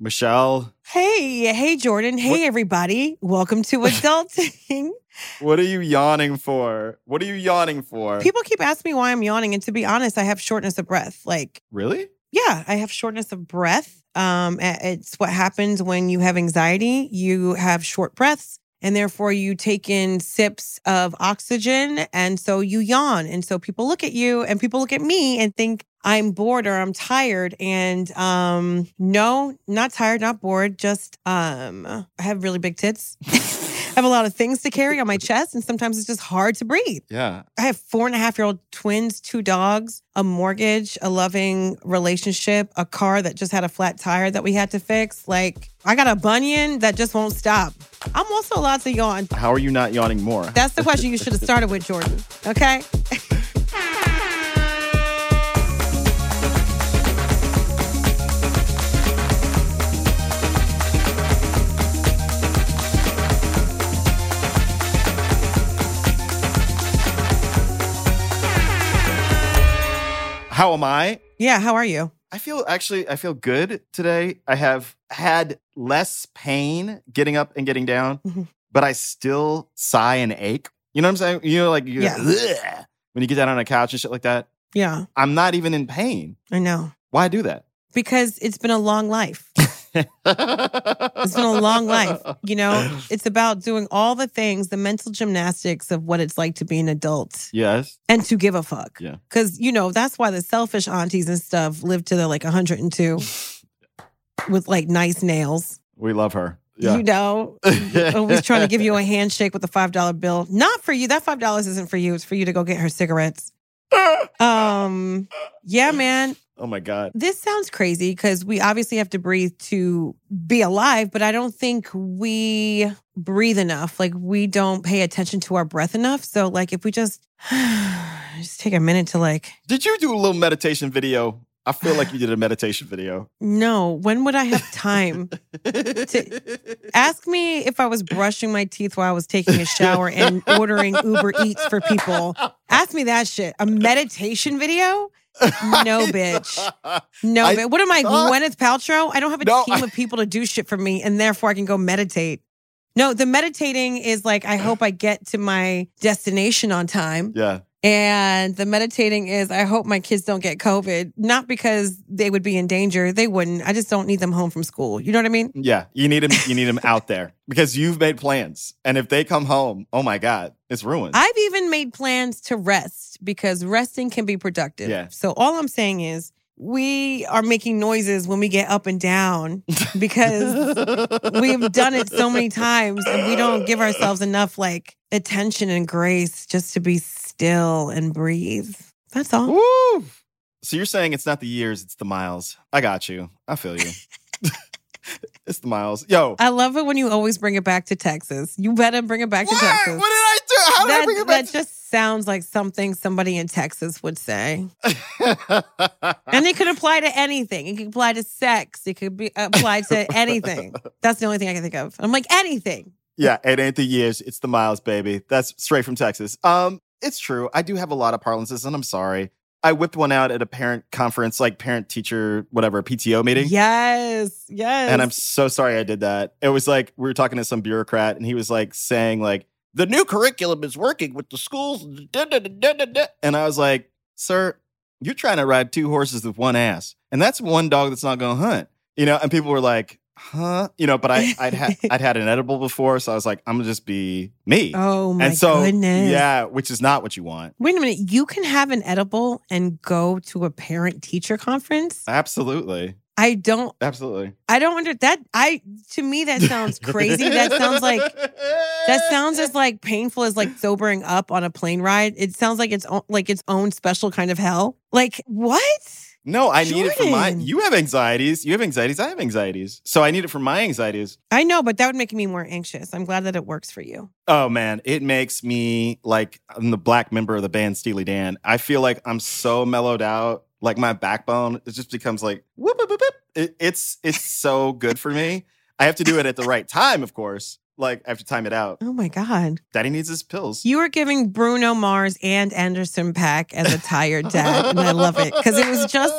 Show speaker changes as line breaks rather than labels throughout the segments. Michelle,
Hey, hey, Jordan. Hey,
What-
everybody. Welcome to Adulting.
what are you yawning for? What are you yawning for?
People keep asking me why I'm yawning. And to be honest, I have shortness of breath. Like,
really?
yeah, I have shortness of breath. Um, a- it's what happens when you have anxiety. You have short breaths, and therefore you take in sips of oxygen, and so you yawn. And so people look at you, and people look at me, and think I'm bored or I'm tired. And um, no, not tired, not bored. Just um, I have really big tits. I have a lot of things to carry on my chest, and sometimes it's just hard to breathe.
Yeah.
I have four and a half year old twins, two dogs, a mortgage, a loving relationship, a car that just had a flat tire that we had to fix. Like, I got a bunion that just won't stop. I'm also allowed to yawn.
How are you not yawning more?
That's the question you should have started with, Jordan. Okay?
How am I?
Yeah, how are you?
I feel actually, I feel good today. I have had less pain getting up and getting down,
Mhm.
but I still sigh and ache. You know what I'm saying? You know, like you
Yeah.
"Ugh," when you get down on a couch and shit like that.
Yeah,
I'm not even in pain.
I know.
Why do that?
Because it's been a long life.
it's
It's been a long life. You know, it's about doing all the things, the mental gymnastics of what it's like to be an adult.
Yes.
and to give a fuck.
Yeah.
Cause you know, that's why the selfish aunties and stuff live to their like 102 with like nice nails.
We love her. Yeah.
You know? Always trying to give you a handshake with a five dollar bill. Not for you. That five dollars isn't for you. It's for you to go get her cigarettes. Um yeah, man.
Oh my God.
This sounds crazy because we obviously have to breathe to be alive, but I don't think we breathe enough. Like we don't pay attention to our breath enough. So like if we just just take a minute to like
Did you do a little meditation video? I feel like you did a meditation video.
No, when would I have time? Ask me if I was brushing my teeth while I was taking a shower and ordering Uber Eats for people. Ask me that shit. A meditation video? No, bitch. No,
I
but what am I,
thought-
Gwyneth Paltrow? I don't have a
No,
team
I-
of people to do shit for me, and therefore I can go meditate. No, the meditating is like I hope I get to my destination on time.
Yeah.
And the meditating is I hope my kids don't get COVID, not because they would be in danger. They wouldn't. I just don't need them home from school. You know what I mean?
Yeah. You need him. You need him out there because you've made plans. And if they come home, oh my God, it's ruined.
I've even made plans to rest because resting can be productive.
Yeah.
So all I'm saying is we are making noises when we get up and down because we've done it so many times and we don't give ourselves enough like attention and grace just to be still and breathe. That's all.
Woo! So you're saying it's not the years, it's the miles. I got you. I feel you. it's the miles. Yo.
I love it when you always bring it back to Texas. You better bring it back to Texas.
What did I do? How did
that,
I bring it
that
back? to-
just sounds like something somebody in Texas would say.
Uh.
And it could apply to anything. It could apply to sex. It could be applied to anything. That's the only thing I can think of. I'm like, anything.
yeah, it ain't the years, it's the miles, baby. That's straight from Texas. Um, it's true. I do have a lot of parlances, and I'm sorry. I whipped one out at a parent conference, like parent teacher, whatever, PTO meeting.
Yes. Yes.
And I'm so sorry I did that. It was like we were talking to some bureaucrat, and he was like saying like the new curriculum is working with the schools. da, da, da, da, da, da." And I was like, sir, you're trying to ride two horses with one ass, and that's one dog that's not going to hunt. You know, and people were like, huh? You know, but I, I'd had I'd had an edible before, so I was like, I'm gonna just be me.
oh my
and so
goodness.
yeah, which is not what you want.
Wait a minute. You can have an edible and go to a parent teacher conference.
Absolutely,
I don't,
absolutely.
I don't under that. I, to me, that sounds crazy. that sounds like, That sounds as like painful as like sobering up on a plane ride. It sounds like it's o- like its own special kind of hell. Like what?
No, I need it for my.
Jordan.
You have anxieties. You have anxieties. I have anxieties. So I need it for my anxieties.
I know, but that would make me more anxious. I'm glad that it works for you.
Oh man, it makes me like I'm the black member of the band Steely Dan. I feel like I'm so mellowed out. Like my backbone, it just becomes like whoop whoop whoop. whoop. It, it's it's so good for me. I have to do it at the right time, of course. Like I have to time it out.
Oh my God.
Daddy needs his pills.
You are giving Bruno Mars and Anderson Pack as a tired dad. and I love it because it was just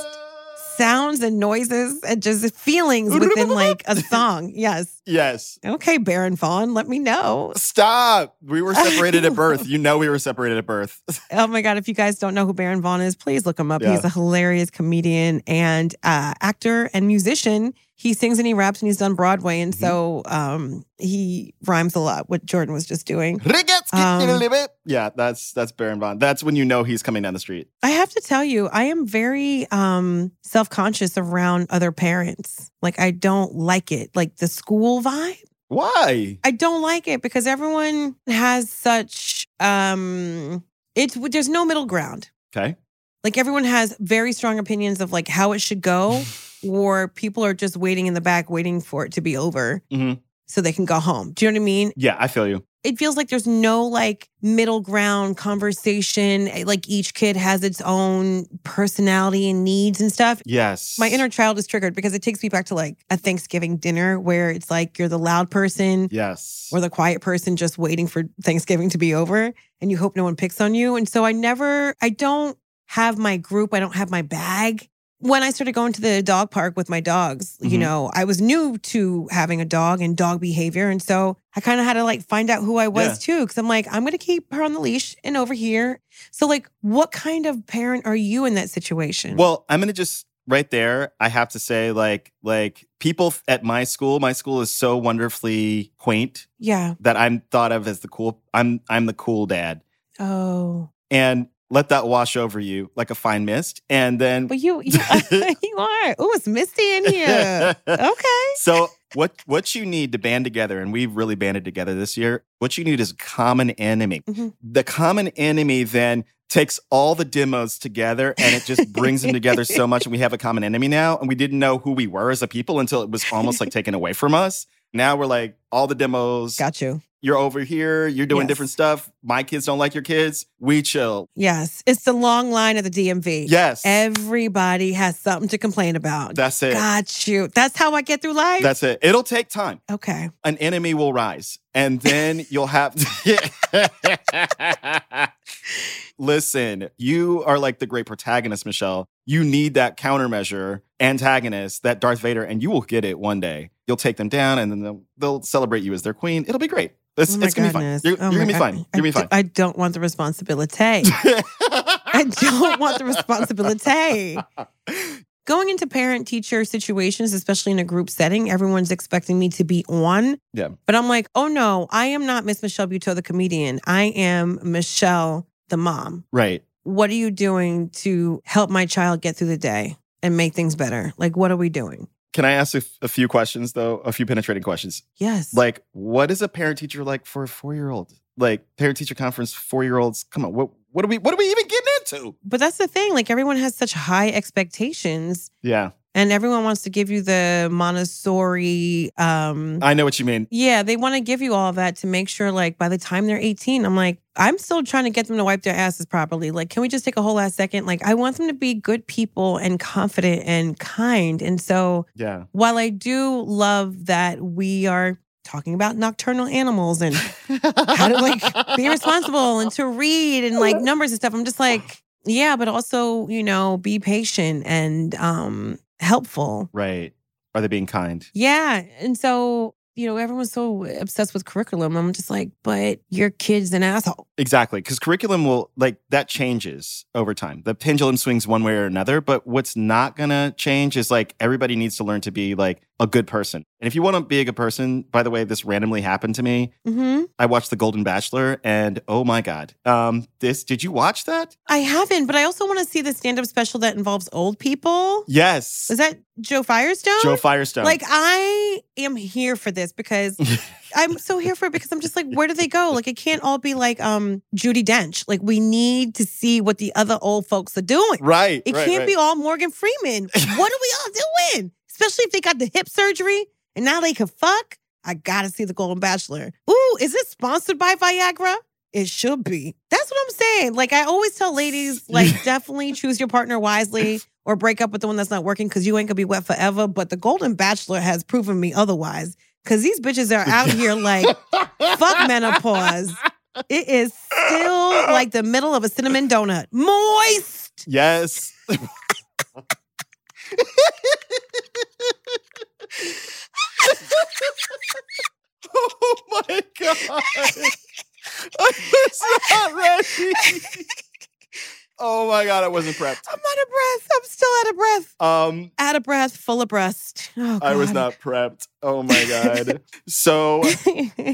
sounds and noises and just feelings within like a song. Yes.
Yes.
Okay, Baron Vaughn, let me know.
Stop. We were separated at birth. You know we were separated at birth.
Oh my God. If you guys don't know who Baron Vaughn is, please look him up.
Yeah.
He's a hilarious comedian and uh, actor and musician. He sings and he raps and he's done Broadway. And so um, he rhymes a lot, what Jordan was just doing. Um,
yeah, that's that's Baron Von. That's when you know he's coming down the street.
I have to tell you, I am very um, self conscious around other parents. Like, I don't like it. Like, the school vibe.
Why?
I don't like it because everyone has such um it's there's no middle ground.
Okay.
Like everyone has very strong opinions of like how it should go or people are just waiting in the back waiting for it to be over
Mhm.
so they can go home. Do you know what I mean?
Yeah, I feel you.
It feels like there's no like middle ground conversation. eh, Like each kid has its own personality and needs and stuff.
Yes.
My inner child is triggered because it takes me back to like a Thanksgiving dinner where it's like you're the loud person,
Yes.
or the quiet person just waiting for Thanksgiving to be over and you hope no one picks on you. And so I never, I don't have my group, I don't have my bag. When I started going to the dog park with my dogs, you
Mhm.
know, I was new to having a dog and dog behavior. And so I kind of had to like find out who I was
Yeah.
too. Cause I'm like, I'm going to keep her on the leash and over here. So, like, what kind of parent are you in that situation?
Well, I'm gonna just right there. I have to say, like, like people at my school. My school is so wonderfully quaint
yeah.
that I'm thought of as the cool. I'm I'm the cool dad,
Oh,
and let that wash over you like a fine mist. And then
but you, you, you are. Oh, it's misty in here. Okay.
so what what you need to band together and we've really banded together this year what you need is a common enemy
Mhm.
the common enemy then takes all the demos together and it just brings them together so much and we have a common enemy now and we didn't know who we were as a people until it was almost like taken away from us now we're like all the demos
Got you.
you're over here you're doing
Yes.
different stuff my kids don't like your kids we chill
Yes. It's the long line of the DMV.
yes
Everybody has something to complain about.
that's it
Got you. That's how I get through life.
that's it it'll take time
okay.
an enemy will rise and then you'll have listen you are like the great protagonist michelle you need that countermeasure antagonist that darth vader and you will get it one day you'll take them down and then they'll, they'll celebrate you as their queen it'll be great it's,
Oh my
it's gonna
goodness.
be fine you're,
oh my
you're gonna be
God.
fine
I
you're gonna be
do-
fine
I don't want the responsibility. I don't want the responsibility. Going into parent teacher situations, especially in a group setting, everyone's expecting me to be on.
Yeah.
But I'm like, oh no, I am not Miss Michelle Buteau, the comedian. I am Michelle, the mom.
right
what are you doing to help my child get through the day and make things better? Like, what are we doing?
can i ask a, f- a few questions though a few penetrating questions
Yes.
like what is a parent teacher like for a four year old like parent teacher conference four year olds come on what what are we what are we even getting into
but that's the thing. Like, everyone has such high expectations
yeah
and everyone wants to give you the Montessori. Um,
i know what you mean
yeah, they want to give you all that to make sure, like, by the time they're 18, I'm like, I'm still trying to get them to wipe their asses properly. Like, can we just take a whole last second? Like, I want them to be good people and confident and kind. And so,
yeah
while I do love that we are talking about nocturnal animals and
how
to, like, be responsible and to read and like numbers and stuff, I'm just like, yeah, but also, you know, be patient and um helpful.
right are they being kind
Yeah. And so, you know, everyone's so obsessed with curriculum. I'm just like, but your kid's an asshole.
exactly because curriculum will like that changes over time the pendulum swings one way or another but what's not gonna change is like everybody needs to learn to be like a good person And if you want to be a good person, by the way, this randomly happened to me.
hmm
I watched The Golden Bachelor, and oh my god, um, this did you watch that?
I haven't, but I also want to see the stand up special that involves old people.
Yes,
Is that Joe Firestone?
Joe Firestone.
Like I am here for this because I'm so here for it because I'm just like, where do they go? Like it can't all be like um Judy Dench. Like we need to see what the other old folks are doing.
right,
It
right,
can't
right.
be all Morgan Freeman. what are we all doing? Especially if they got the hip surgery and now they can fuck. I gotta see the Golden Bachelor. Ooh, is it sponsored by Viagra? It should be. That's what I'm saying. Like I always tell ladies, like definitely choose your partner wisely or break up with the one that's not working because you ain't gonna be wet forever. But the Golden Bachelor has proven me otherwise. Cause these bitches are out here like fuck menopause. It is still like the middle of a cinnamon donut. Moist.
Yes. oh my god. I was not ready. Oh my god, I wasn't prepped.
I'm out of breath. I'm still out of breath.
Um
Out of breath, full of breast. Oh,
I was
God.
not prepped. Oh my god. So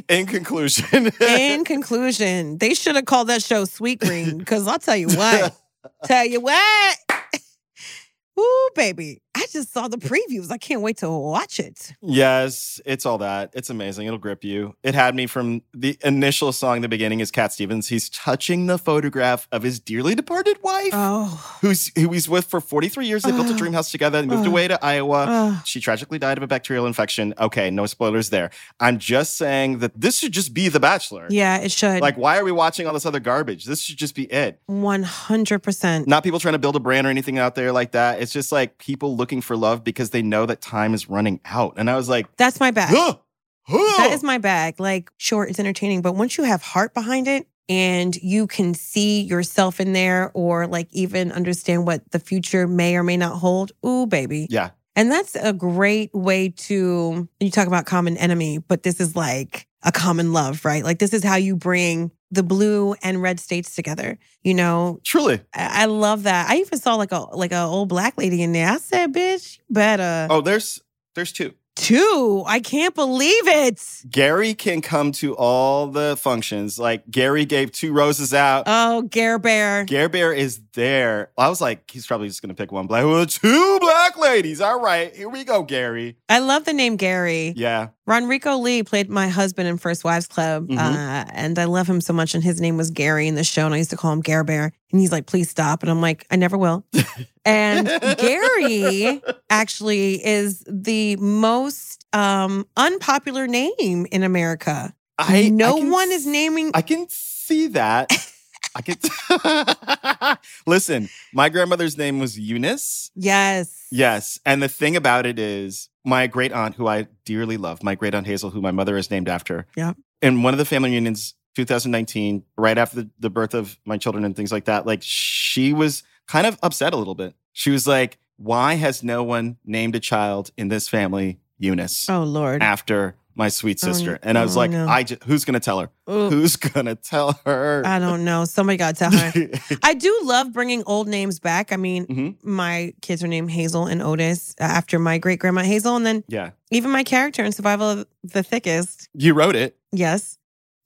in conclusion,
In conclusion, they should have called that show Sweet Green because I'll tell you what. tell you what. Ooh, baby. I just saw the previews. I can't wait to watch it.
Yes, it's all that. It's amazing. It'll grip you. It had me from the initial song, the beginning is Cat Stevens. He's touching the photograph of his dearly departed wife,
Oh.
who's who he's with for 43 years. They built a
Ugh.
dream house together and moved
Ugh.
away to Iowa.
oh.
She tragically died of a bacterial infection. Okay, no spoilers there. I'm just saying that this should just be The Bachelor.
Yeah, it should.
Like, why are we watching all this other garbage? This should just be it.
100%.
Not people trying to build a brand or anything out there like that. It's just like people looking for love because they know that time is running out. And I was like,
That's my bag.
Huh? Huh?
That is my bag. Like, sure, it's entertaining, but once you have heart behind it and you can see yourself in there or like even understand what the future may or may not hold, ooh, baby.
Yeah.
And that's a great way to, you talk about common enemy, but this is like a common love, right? Like, this is how you bring the blue and red states together. You know,
Truly.
I, I love that. I even saw like a like a old black lady in there. I said, bitch, you better.
Oh, there's there's two.
Two. I can't believe it.
Gary can come to all the functions. Like Gary gave two roses out.
Oh, Gare Bear.
Gare Bear is there. I was like, he's probably just gonna pick one black. Well, two black ladies. All right, here we go, Gary.
I love the name Gary.
Yeah,
Ronrico Lee played my husband in First Wives Club,
Mhm.
uh, and I love him so much. And his name was Gary in the show, and I used to call him Gare Bear. And he's like, "Please stop," and I'm like, "I never will." and Gary actually is the most um, unpopular name in America.
I.
no
I can
one
s-
is naming.
I can see that. I can. Listen, my grandmother's name was Eunice.
yes.
Yes. And the thing about it is, my great aunt, who I dearly love, my great aunt Hazel, who my mother is named after.
Yeah.
In one of the family reunions, 2019, right after the, the birth of my children and things like that, like she was kind of upset a little bit. She was like, why has no one named a child in this family Eunice
Oh Lord.
after my sweet
Oh,
sister? and I was
oh,
like,
no.
I just, who's going to tell her?
Ooh, Uh,
Who's going to tell her?
I don't know. Somebody got to tell her. I do love bringing old names back. I mean,
Mhm.
my kids are named Hazel and Otis uh, after my great grandma Hazel, and then
yeah.
even my character in Survival of the Thickest.
You wrote it.
Yes,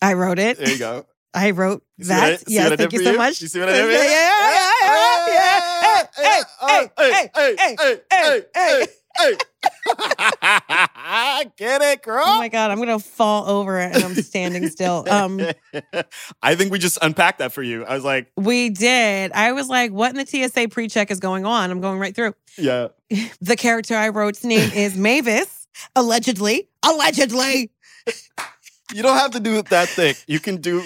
I wrote it.
There you go.
I wrote
You see what I-
that.
see
Yes,
what I
thank
did
you
for
so much.
You see what I did?
Yeah, yeah, yeah, yeah, yeah, yeah,
Hey,
hey,
hey, hey. Get it, girl?
Oh my god, I'm gonna fall over and I'm standing still. Um,
I think we just unpacked that for you. I was like,
we did. I was like, "What in the TSA pre-check is going on?" I'm going right through.
yeah.
The character I wrote's name is Mavis. Allegedly, allegedly.
You don't have to do it that thick. You can do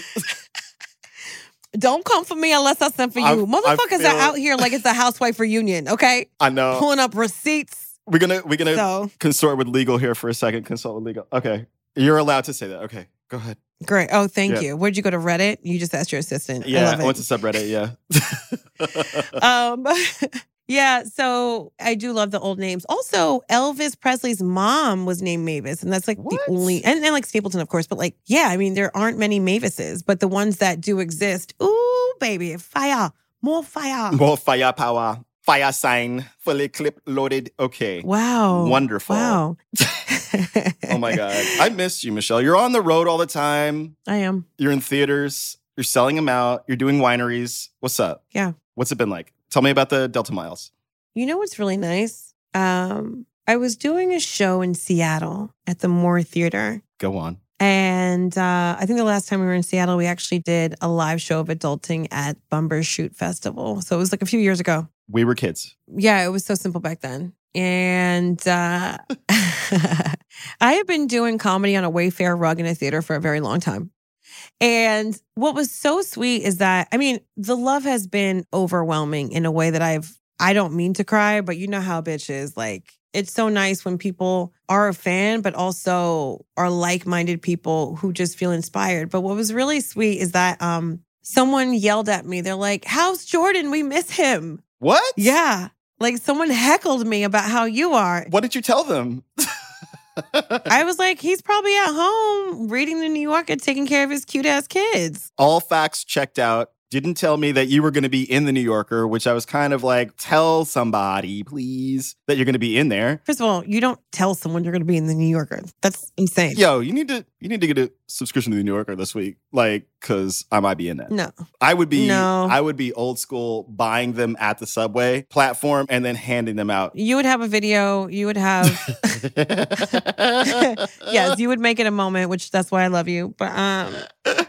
Don't come for me unless I send for you.
I- I
Motherfuckers
feel- Oh.
are out here like it's a housewife reunion. Okay,
I know.
pulling up receipts.
We're gonna we're gonna
So
consort with legal here for a second. Consult with legal. Okay. You're allowed to say that. Okay. Go ahead.
Great. Oh, thank
Yeah.
you. Where'd you go to Reddit? You just asked your assistant. I
Yeah.
love
I,
it.
went to subreddit, yeah.
um, yeah. So I do love the old names. Also, Elvis Presley's mom was named Mavis, and that's like
What?
the only, and, and like Stapleton, of course. But like, yeah, I mean, there aren't many Mavises, but the ones that do exist, ooh, baby, fire, more fire.
More firepower. Fire sign. Fully clip loaded. Okay.
Wow.
Wonderful.
Wow.
Oh my God. I miss you, Michelle. You're on the road all the time.
I am.
You're in theaters. You're selling them out. You're doing wineries. What's up?
Yeah.
What's it been like? Tell me about the Delta Miles.
You know what's really nice? Um, I was doing a show in Seattle at the Moore Theater.
Go on.
And uh, I think the last time we were in Seattle, we actually did a live show of adulting at Bumber Shoot Festival. So it was like a few years ago.
We were kids.
Yeah, it was so simple back then. And uh, I have been doing comedy on a Wayfair rug in a theater for a very long time. And what was so sweet is that, I mean, the love has been overwhelming in a way that I've, I don't mean to cry, but you know how bitch is. Like, it's so nice when people are a fan, but also are like minded people who just feel inspired. But what was really sweet is that um, someone yelled at me. They're like, How's Jordan? We miss him.
What?
Yeah. Like, someone heckled me about how you are.
What did you tell them?
I was like, he's probably at home reading the New Yorker, taking care of his cute ass kids.
all facts checked out. Didn't tell me that you were going to be in the New Yorker, which I was kind of like, tell somebody, please, that you're going to be in there.
First of all, you don't tell someone you're going to be in the New Yorker. That's insane.
Yo, you need to you need to get a subscription to the New Yorker this week, like, cause I might be in that.
No.
I would be
No.
I would be old school, buying them at the subway platform and then handing them out.
You would have a video. You would have, yes, you would make it a moment, which that's why I love you. But um,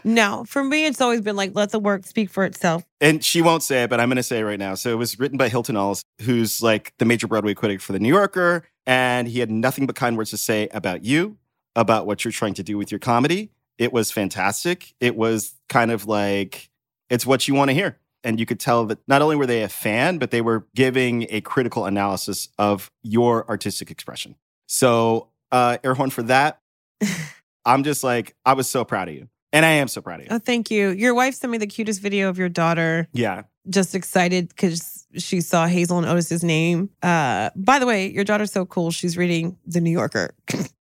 no, for me, it's always been like, let the work speak for itself.
and she won't say it, but I'm going to say it right now. So it was written by Hilton Ellis, who's like the major Broadway critic for The New Yorker, and he had nothing but kind words to say about you, about what you're trying to do with your comedy. It was fantastic. It was kind of like it's what you want to hear. And you could tell that not only were they a fan, but they were giving a critical analysis of your artistic expression. So, uh, air horn for that. I'm just like, I was so proud of you. And I am so proud of you.
Oh, thank you. Your wife sent me the cutest video of your daughter,
Yeah.
just excited because she saw Hazel and Otis's name. Uh, by the way, your daughter's so cool. She's reading The New Yorker.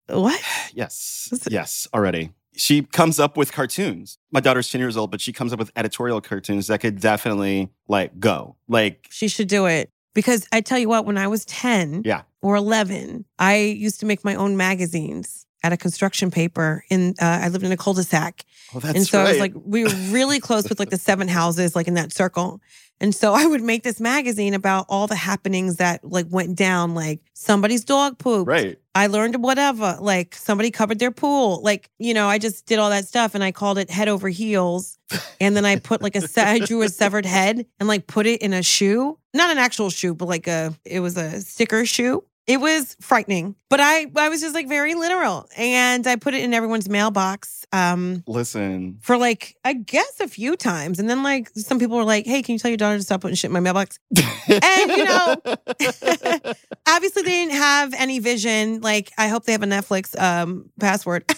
what?
Yes.
Is it-
Yes, already. She comes up with cartoons. My daughter's 10 years old, but she comes up with editorial cartoons that could definitely like go. Like,
She should do it. Because I tell you what, when I was 10
Yeah.
or 11, I used to make my own magazines out of construction paper. In uh, I lived in a cul-de-sac.
oh, that's
and so
right.
I was like, we were really close with like the seven houses, like in that circle. And so I would make this magazine about all the happenings that like went down, like somebody's dog pooped.
right.
I learned whatever, like somebody covered their pool. Like, you know, I just did all that stuff and I called it head over heels. And then I put like a, se- I drew a severed head and like put it in a shoe, not an actual shoe, but like a, it was a sticker shoe. It was frightening, but I, I was just like very literal and I put it in everyone's mailbox. Um,
Listen,
for like, I guess a few times. And then like some people were like, hey, can you tell your daughter to stop putting shit in my mailbox?
and
you know- obviously they didn't have any vision. Like I hope they have a Netflix um password.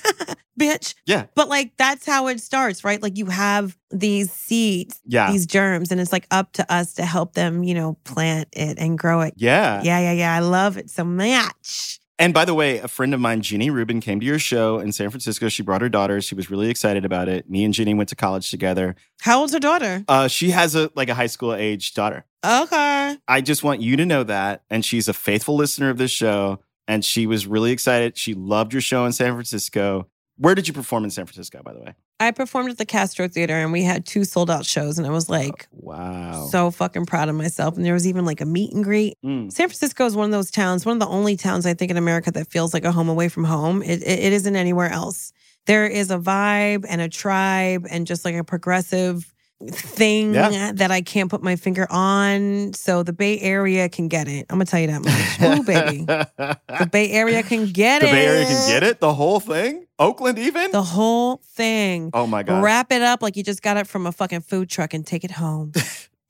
Bitch.
Yeah.
But like that's how it starts, right? Like you have these seeds,
yeah.
these germs, and it's like up to us to help them, you know, plant it and grow it.
yeah.
Yeah, yeah, yeah. I love it so much.
And by the way, a friend of mine, Jeannie Rubin, came to your show in San Francisco. She brought her daughter. She was really excited about it. Me and Jeannie went to college together.
How old's her daughter?
Uh, she has a like a high school age daughter.
Okay.
I just want you to know that. And she's a faithful listener of this show. And she was really excited. She loved your show in San Francisco. Where did you perform in San Francisco, by the way?
I performed at the Castro Theater and we had two sold out shows, and I was like
Wow.
so fucking proud of myself. And there was even like a meet and greet.
Mm.
San Francisco is one of those towns, one of the only towns I think in America that feels like a home away from home. It, it, it isn't anywhere else. There is a vibe and a tribe and just like a progressive thing
Yeah.
that I can't put my finger on. So the Bay Area can get it. I'm gonna tell you that much. Ooh, baby. The
the
Bay Area can get it.
Bay Area can get it? The whole thing? Oakland, even?
The whole thing.
oh my God.
Wrap it up like you just got it from a fucking food truck and take it home.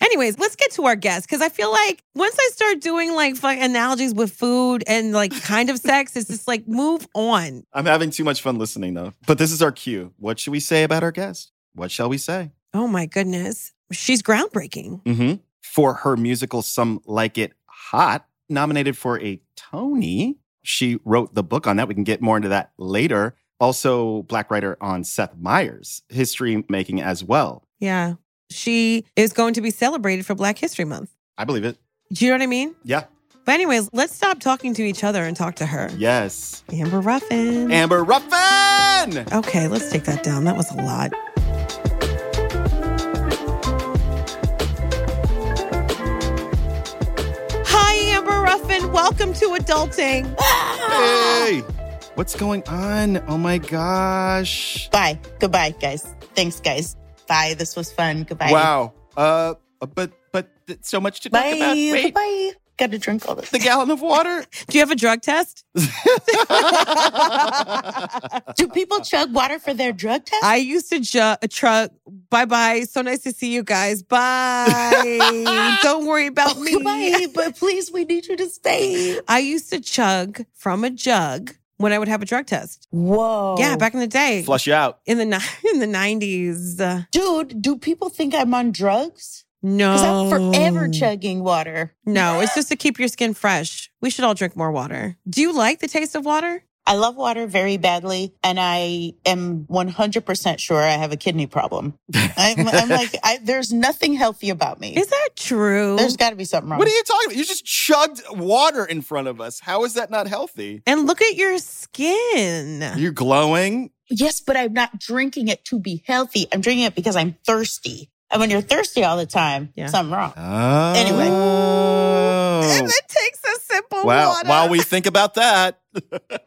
Anyways, let's get to our guest because I feel like once I start doing like fuck analogies with food and like kind of sex, it's just like move on.
I'm having too much fun listening, though. But this is our cue. What should we say about our guest? What shall we say?
Oh my goodness. She's groundbreaking.
hmm For her musical Some Like It Hot, nominated for a Tony. She wrote the book on that. We can get more into that later. Also, black writer on Seth Meyers, history making as well.
Yeah. She is going to be celebrated for Black History Month.
I believe it.
Do you know what I mean?
Yeah.
But anyways, let's stop talking to each other and talk to her.
Yes.
Amber Ruffin.
Amber Ruffin!
okay, let's take that down. That was a lot. Hi, Amber Ruffin. Welcome to Adulting.
Hey! What's going on? Oh my gosh.
Bye. Goodbye, guys. Thanks, guys. Bye. This was fun. Goodbye.
Wow. Uh but but th- so much to talk
Bye.
about. Wait,
Goodbye. Got to drink all this.
the gallon of water.
Do you have a drug test?
Do people chug water for their drug test?
I used to ju- chug. Bye bye. So nice to see you guys. Bye. Don't worry about me.
Oh, Goodbye. but please, we need you to stay.
I used to chug from a jug when I would have a drug test.
Whoa.
Yeah, back in the day,
Flush you out.
in the ni- in the nineties. Uh,
Dude, do people think I'm on drugs? Because
no,
I'm forever chugging water.
Oh. No, it's just to keep your skin fresh. We should all drink more water. Do you like the taste of water?
I love water very badly, and I am 100% sure I have a kidney problem. I'm, I'm like, I, there's nothing healthy about me.
Is that true?
There's got to be something wrong.
What are you talking about? You just chugged water in front of us. How is that not healthy?
and look at your skin.
You're glowing.
Yes, but I'm not drinking it to be healthy. I'm drinking it because I'm thirsty. And when you're thirsty all the time,
Yeah.
something wrong.
Oh.
Anyway.
And it takes a simple
Wow.
water.
While we think about that,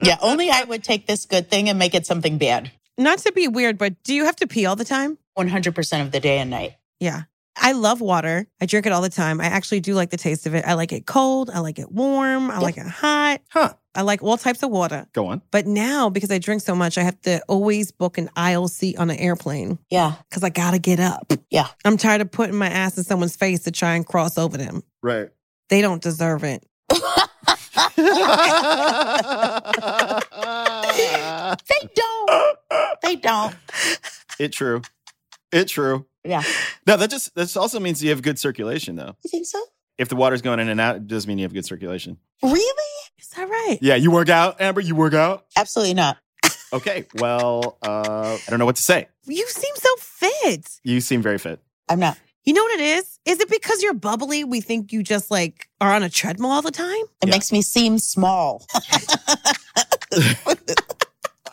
yeah, only I would take this good thing and make it something bad
Not to be weird, but do you have to pee all the time?
100% of the day and night.
Yeah. I love water. I drink it all the time. I actually do like the taste of it. I like it cold. I like it warm. I like it hot.
huh?
I like all types of water.
Go on.
But now, because I drink so much, I have to always book an aisle seat on an airplane
Yeah.
because I got to get up.
Yeah.
I'm tired of putting my ass in someone's face to try and cross over them.
Right.
They don't deserve it.
They don't. they don't.
it true. It true.
Yeah.
No, that just that also means you have good circulation though.
You think so?
If the water's going in and out, it does mean you have good circulation.
Really?
Is that right?
Yeah, you work out, Amber. You work out.
Absolutely not.
Okay. Well, uh, I don't know what to say.
You seem so fit.
You seem very fit.
I'm not.
You know what it is? Is it because you're bubbly? We think you just like are on a treadmill all the time?
It
Yeah.
makes me seem small.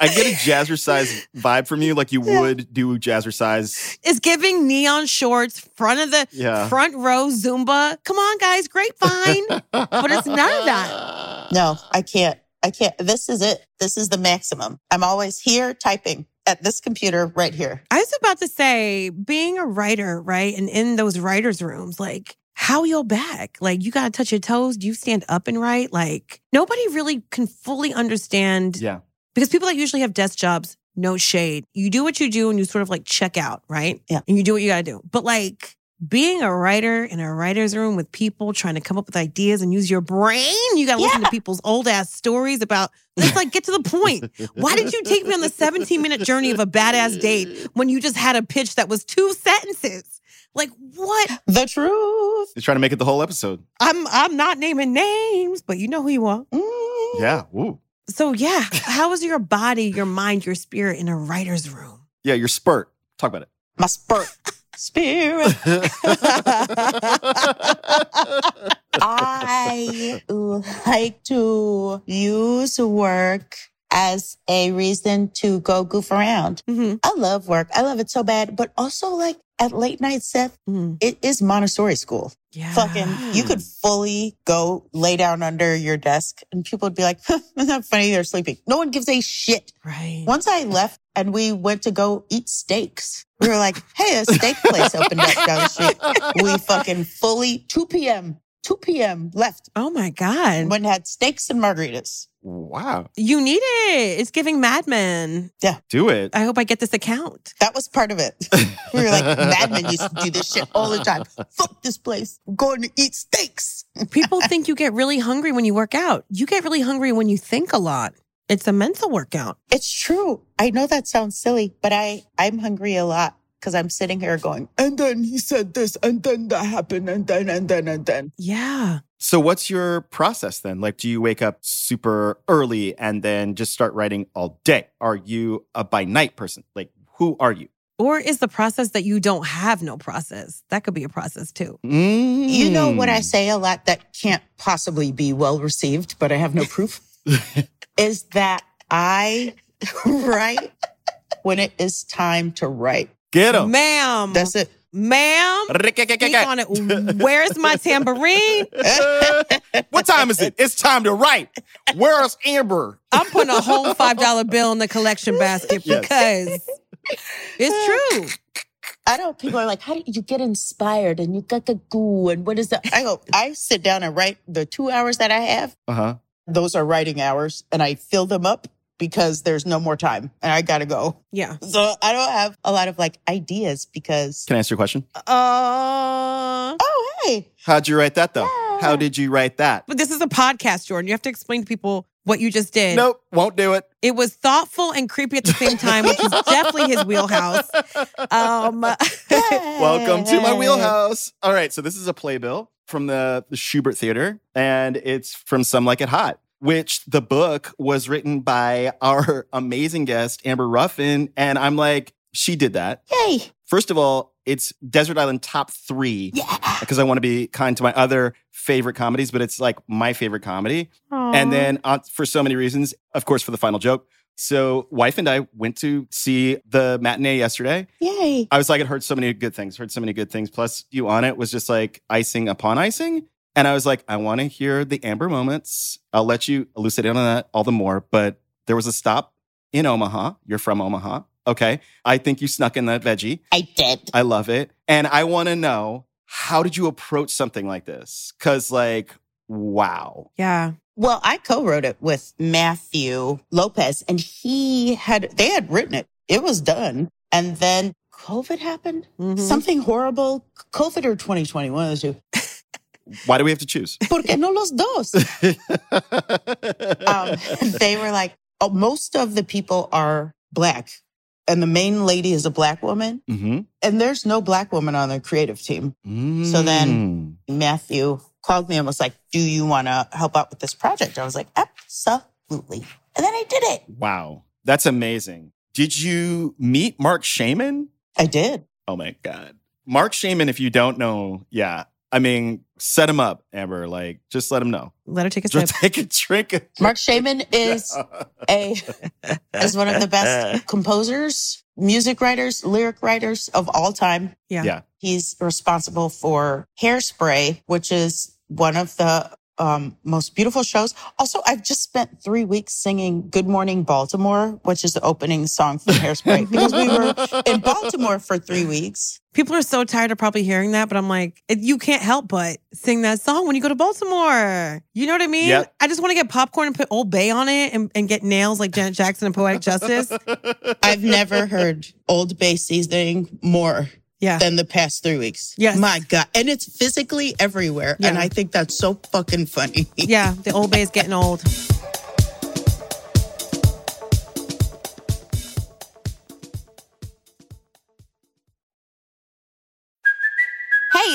I get a jazzercise vibe from you, like you
Yeah.
would do jazzercise.
It's giving neon shorts, front of the
Yeah.
front row Zumba. Come on, guys, grapevine.
but
it's none of
that.
No, I can't. I can't. This is it. This is the maximum. I'm always here typing at this computer right here.
I was about to say, being a writer, right? And in those writers' rooms, like, how your back? Like, you got to touch your toes. Do you stand up and write? Like, nobody really can fully understand
Yeah.
because people that usually have desk jobs, no shade. You do what you do and you sort of like check out, right?
Yeah.
And you do what you got to do. But like, being a writer in a writer's room with people trying to come up with ideas and use your brain, you got to listen to people's old ass stories about, let's like get to the point. Why did you take me on the 17 minute journey of a badass date when you just had a pitch that was two sentences? Like what?
The truth.
You're trying to make it the whole episode.
I'm I'm not naming names, but you know who you are.
Mm.
Yeah. Ooh.
So yeah, how is your body, your mind, your spirit in a writer's room?
Yeah. Your spurt. Talk about it.
My spurt. Spirit. I like to use work as a reason to go goof around.
hmm
I love work. I love it so bad. But also, like at late night, Seth, it is Montessori school.
mm-hmm. Yeah.
Fucking, you could fully go lay down under your desk and people would be like, isn't that funny? They're sleeping. No one gives a shit.
right.
Once I left and we went to go eat steaks, we were like, hey, a steak place opened up down the street. We fucking fully 2 p.m. 2 p.m. left
Oh my god.
and went and had steaks and margaritas.
wow.
You need it. It's giving Mad Men.
Do it.
I hope I get this account.
That was part of it. We were like, madmen used to do this shit all the time. Fuck this place. We're going to eat steaks.
People think you get really hungry when you work out. You get really hungry when you think a lot. It's a mental workout.
It's true. I know that sounds silly, but I, I'm hungry a lot because I'm sitting here going, and then he said this, and then that happened, and then, and then, and then.
Yeah.
So what's your process then? Like, do you wake up super early and then just start writing all day? Are you a by night person? Like, who are you?
Or is the process that you don't have no process? That could be a process too.
You know what I
Mm.
say a lot that can't possibly be well received, but I have no proof is that I write when it is time to write.
Get him.
Ma'am.
That's it.
ma'am. Speak on it. Where's my tambourine?
what time is it? It's time to write. Where's Amber?
I'm putting a whole five dollar bill in the collection basket
Yes.
because it's true.
I know people are like, how do you get inspired and you got the goo and what is that? I go, I sit down and write the two hours that I have.
Uh huh.
Those are writing hours and I fill them up because there's no more time and I got to go.
Yeah.
So I don't have a lot of like ideas because,
Can I ask you a question?
Uh,
oh, hey,
How'd you write that though? How did you write that?
but this is a podcast, Jordan. You have to explain to people what you just did.
Nope, won't do it.
It was thoughtful and creepy at the same time, which is definitely his wheelhouse. Um,
Welcome to my wheelhouse. All right, so this is a playbill from the, the Schubert Theater, and it's from Some Like It Hot, which the book was written by our amazing guest, Amber Ruffin. And I'm like, she did that.
Yay.
First of all, it's Desert Island top three
Yeah.
because I want to be kind to my other favorite comedies, but it's like my favorite comedy. And then uh, for so many reasons, of course, for the final joke. So, wife and I went to see the matinee yesterday.
Yay.
I was like, it heard so many good things, heard so many good things. Plus, you on it was just like icing upon icing. And I was like, I want to hear the amber moments. I'll let you elucidate on that all the more. But there was a stop in Omaha. You're from Omaha. Okay. I think you snuck in that veggie.
I did.
I love it. And I want to know how did you approach something like this? Cause, like, wow.
yeah,
Well, I co-wrote it with Matthew Lopez and he had they had written it. It was done. And then COVID happened.
Mhm.
Something horrible. COVID or 2020, one of the two.
Why do we have to choose?
Porque no los dos? Um, they were like, oh, most of the people are black. And the main lady is a black woman.
hmm
And there's no black woman on the creative team.
Mm-hmm.
So
Mm.
then- Matthew called me and was like, Do you want to help out with this project? I was like, Absolutely. And then I did it.
wow, that's amazing. Did you meet Mark Shaman?
I did.
Oh my God. Mark Shaman, if you don't know, yeah. I mean, set him up, Amber. Like, just let him know.
let her take a sip.
Just take a drink.
Mark Shaman is a is one of the best composers, music writers, lyric writers of all time.
Yeah.
Yeah.
He's responsible for Hairspray, which is one of the um, most beautiful shows. Also, I've just spent three weeks singing Good Morning Baltimore, which is the opening song from Hairspray, because we were in Baltimore for three weeks.
People are so tired of probably hearing that, but I'm like, it- you can't help but sing that song when you go to Baltimore. You know what I mean?
Yep.
I just want to get popcorn and put Old Bay on it and, and get nails like Janet Jackson and Poetic Justice.
I've never heard Old Bay seasoning more
Yeah.
than the past three weeks.
Yes.
My God. And it's physically everywhere. And
Yeah.
I think that's so fucking funny.
Yeah, the Old Bay is getting old.
Hey,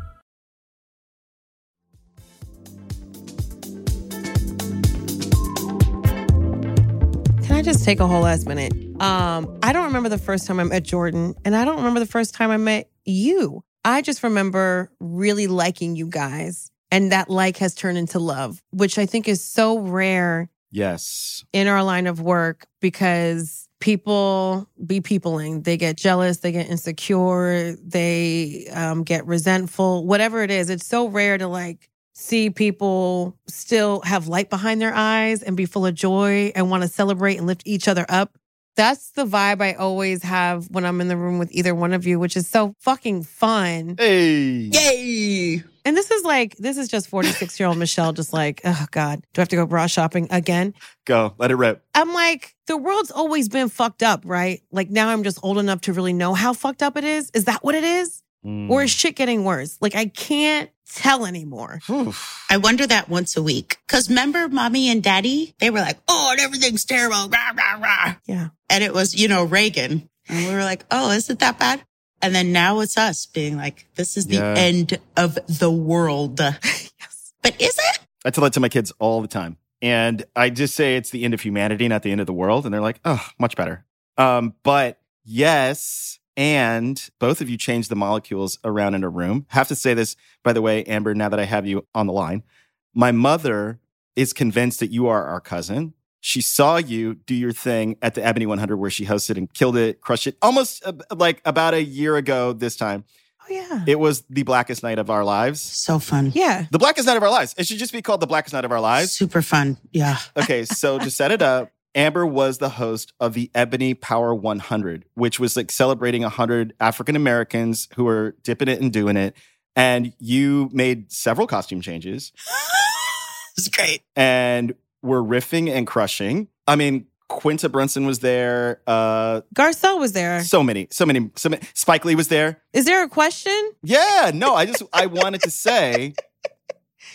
Can I just take a whole last minute? Um, I don't remember the first time I met Jordan, and I don't remember the first time I met you. I just remember really liking you guys, and that like has turned into love, which I think is so rare
yes.
in our line of work because people be peopling. They get jealous, they get insecure, they um, get resentful, whatever it is. It's so rare to like see people still have light behind their eyes and be full of joy and want to celebrate and lift each other up. That's the vibe I always have when I'm in the room with either one of you, which is so fucking fun.
Hey.
Yay!
And this is like, this is just 46 year old Michelle, just like, oh God, do I have to go bra shopping again?
Go. Let it rip.
I'm like, the world's always been fucked up, right? Like now I'm just old enough to really know how fucked up it is. Is that what it is?
Hmm.
Or is shit getting worse? Like I can't tell anymore.
Oof.
I wonder that once a week. Because remember, mommy and daddy, they were like, oh, and everything's terrible. Rah, rah, rah.
Yeah.
And it was, you know, Reagan. And we were like, oh, isn't that bad? And then now it's us being like, this is the
Yeah.
end of the world.
Yes.
But is it?
I tell that to my kids all the time. And I just say it's the end of humanity, not the end of the world. And they're like, oh, much better. Um, but yes, and both of you change the molecules around in a room. Have to say this, by the way, Amber, now that I have you on the line. My mother is convinced that you are our cousin. She saw you do your thing at the Ebony 100 where she hosted and killed it, crushed it almost uh, like about a year ago this time.
Oh, yeah.
It was the blackest night of our lives.
So fun.
Yeah.
The blackest night of our lives. It should just be called the blackest night of our lives.
Super fun. Yeah.
Okay, so to set it up, Amber was the host of the Ebony Power 100, which was like celebrating 100 African Americans who were dipping it and doing it. And you made several costume changes
It's great.
and were riffing and crushing. I mean, Quinta Brunson was there. Uh,
Garcelle was there.
so many, so many, so many. Spike Lee was there.
Is there a question?
Yeah, no, I just I wanted to say,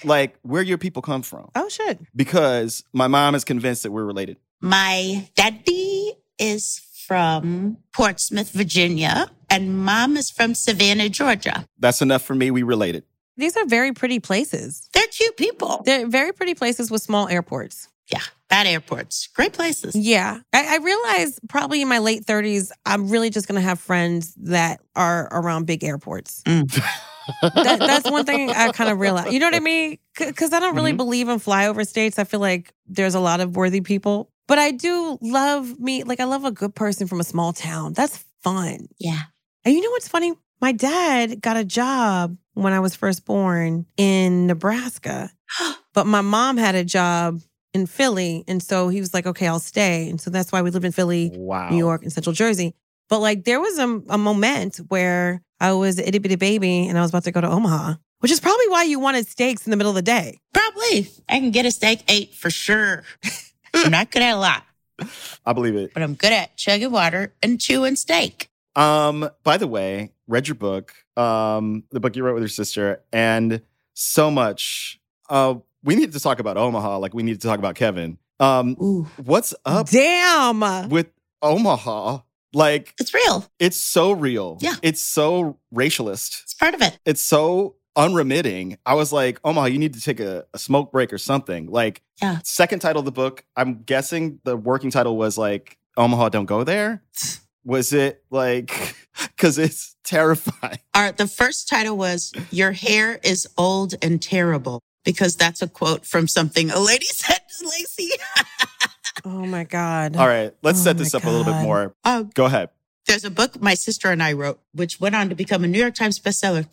like, where your people come from,
Oh, shit.
because my mom is convinced that we're related.
My daddy is from Portsmouth, Virginia, and mom is from Savannah, Georgia.
That's enough for me. We related.
These are very pretty places.
They're cute people.
They're very pretty places with small airports.
yeah. Bad airports. Great places.
Yeah. I, I realize probably in my late 30s, I'm really just going to have friends that are around big airports.
Mm.
That, that's one thing I kind of realized. You know what I mean? Because I don't really
Mm-hmm.
Mhm.
believe in flyover states. I feel like there's a lot of worthy people, but I do love me. Like, I love a good person from a small town. That's fun.
Yeah.
And you know what's funny? My dad got a job when I was first born in Nebraska, but my mom had a job in Philly. And so he was like, okay, I'll stay. And so that's why we lived in Philly,
Wow.
New York, and Central Jersey. But like there was a, a moment where I was itty bitty baby and I was about to go to Omaha, which is probably why you wanted steaks in the middle of the day.
Probably. I can get a steak eight for sure. I'm not good at a lot,
I believe it.
but I'm good at chugging water and chewing steak.
Um, by the way, read your book, um, the book you wrote with your sister, and so much. Uh, we need to talk about Omaha, like we need to talk about Kevin. Um,
Ooh,
what's up
Damn.
with Omaha? Like,
it's real.
it's so real.
Yeah.
It's so racialist.
It's part of it.
it's so unremitting. I was like, Omaha, you need to take a, a smoke break or something. Like,
Yeah.
second title of the book, I'm guessing the working title was like, Omaha, don't go there. Was it like, because it's terrifying.
All right. The first title was Your Hair is Old and Terrible, because that's a quote from something a lady said to Lacey.
Oh my God.
All right, let's
Oh
set
my
this up a little bit
God.
more.
Um,
Go ahead.
there's a book my sister and I wrote, which went on to become a New York Times bestseller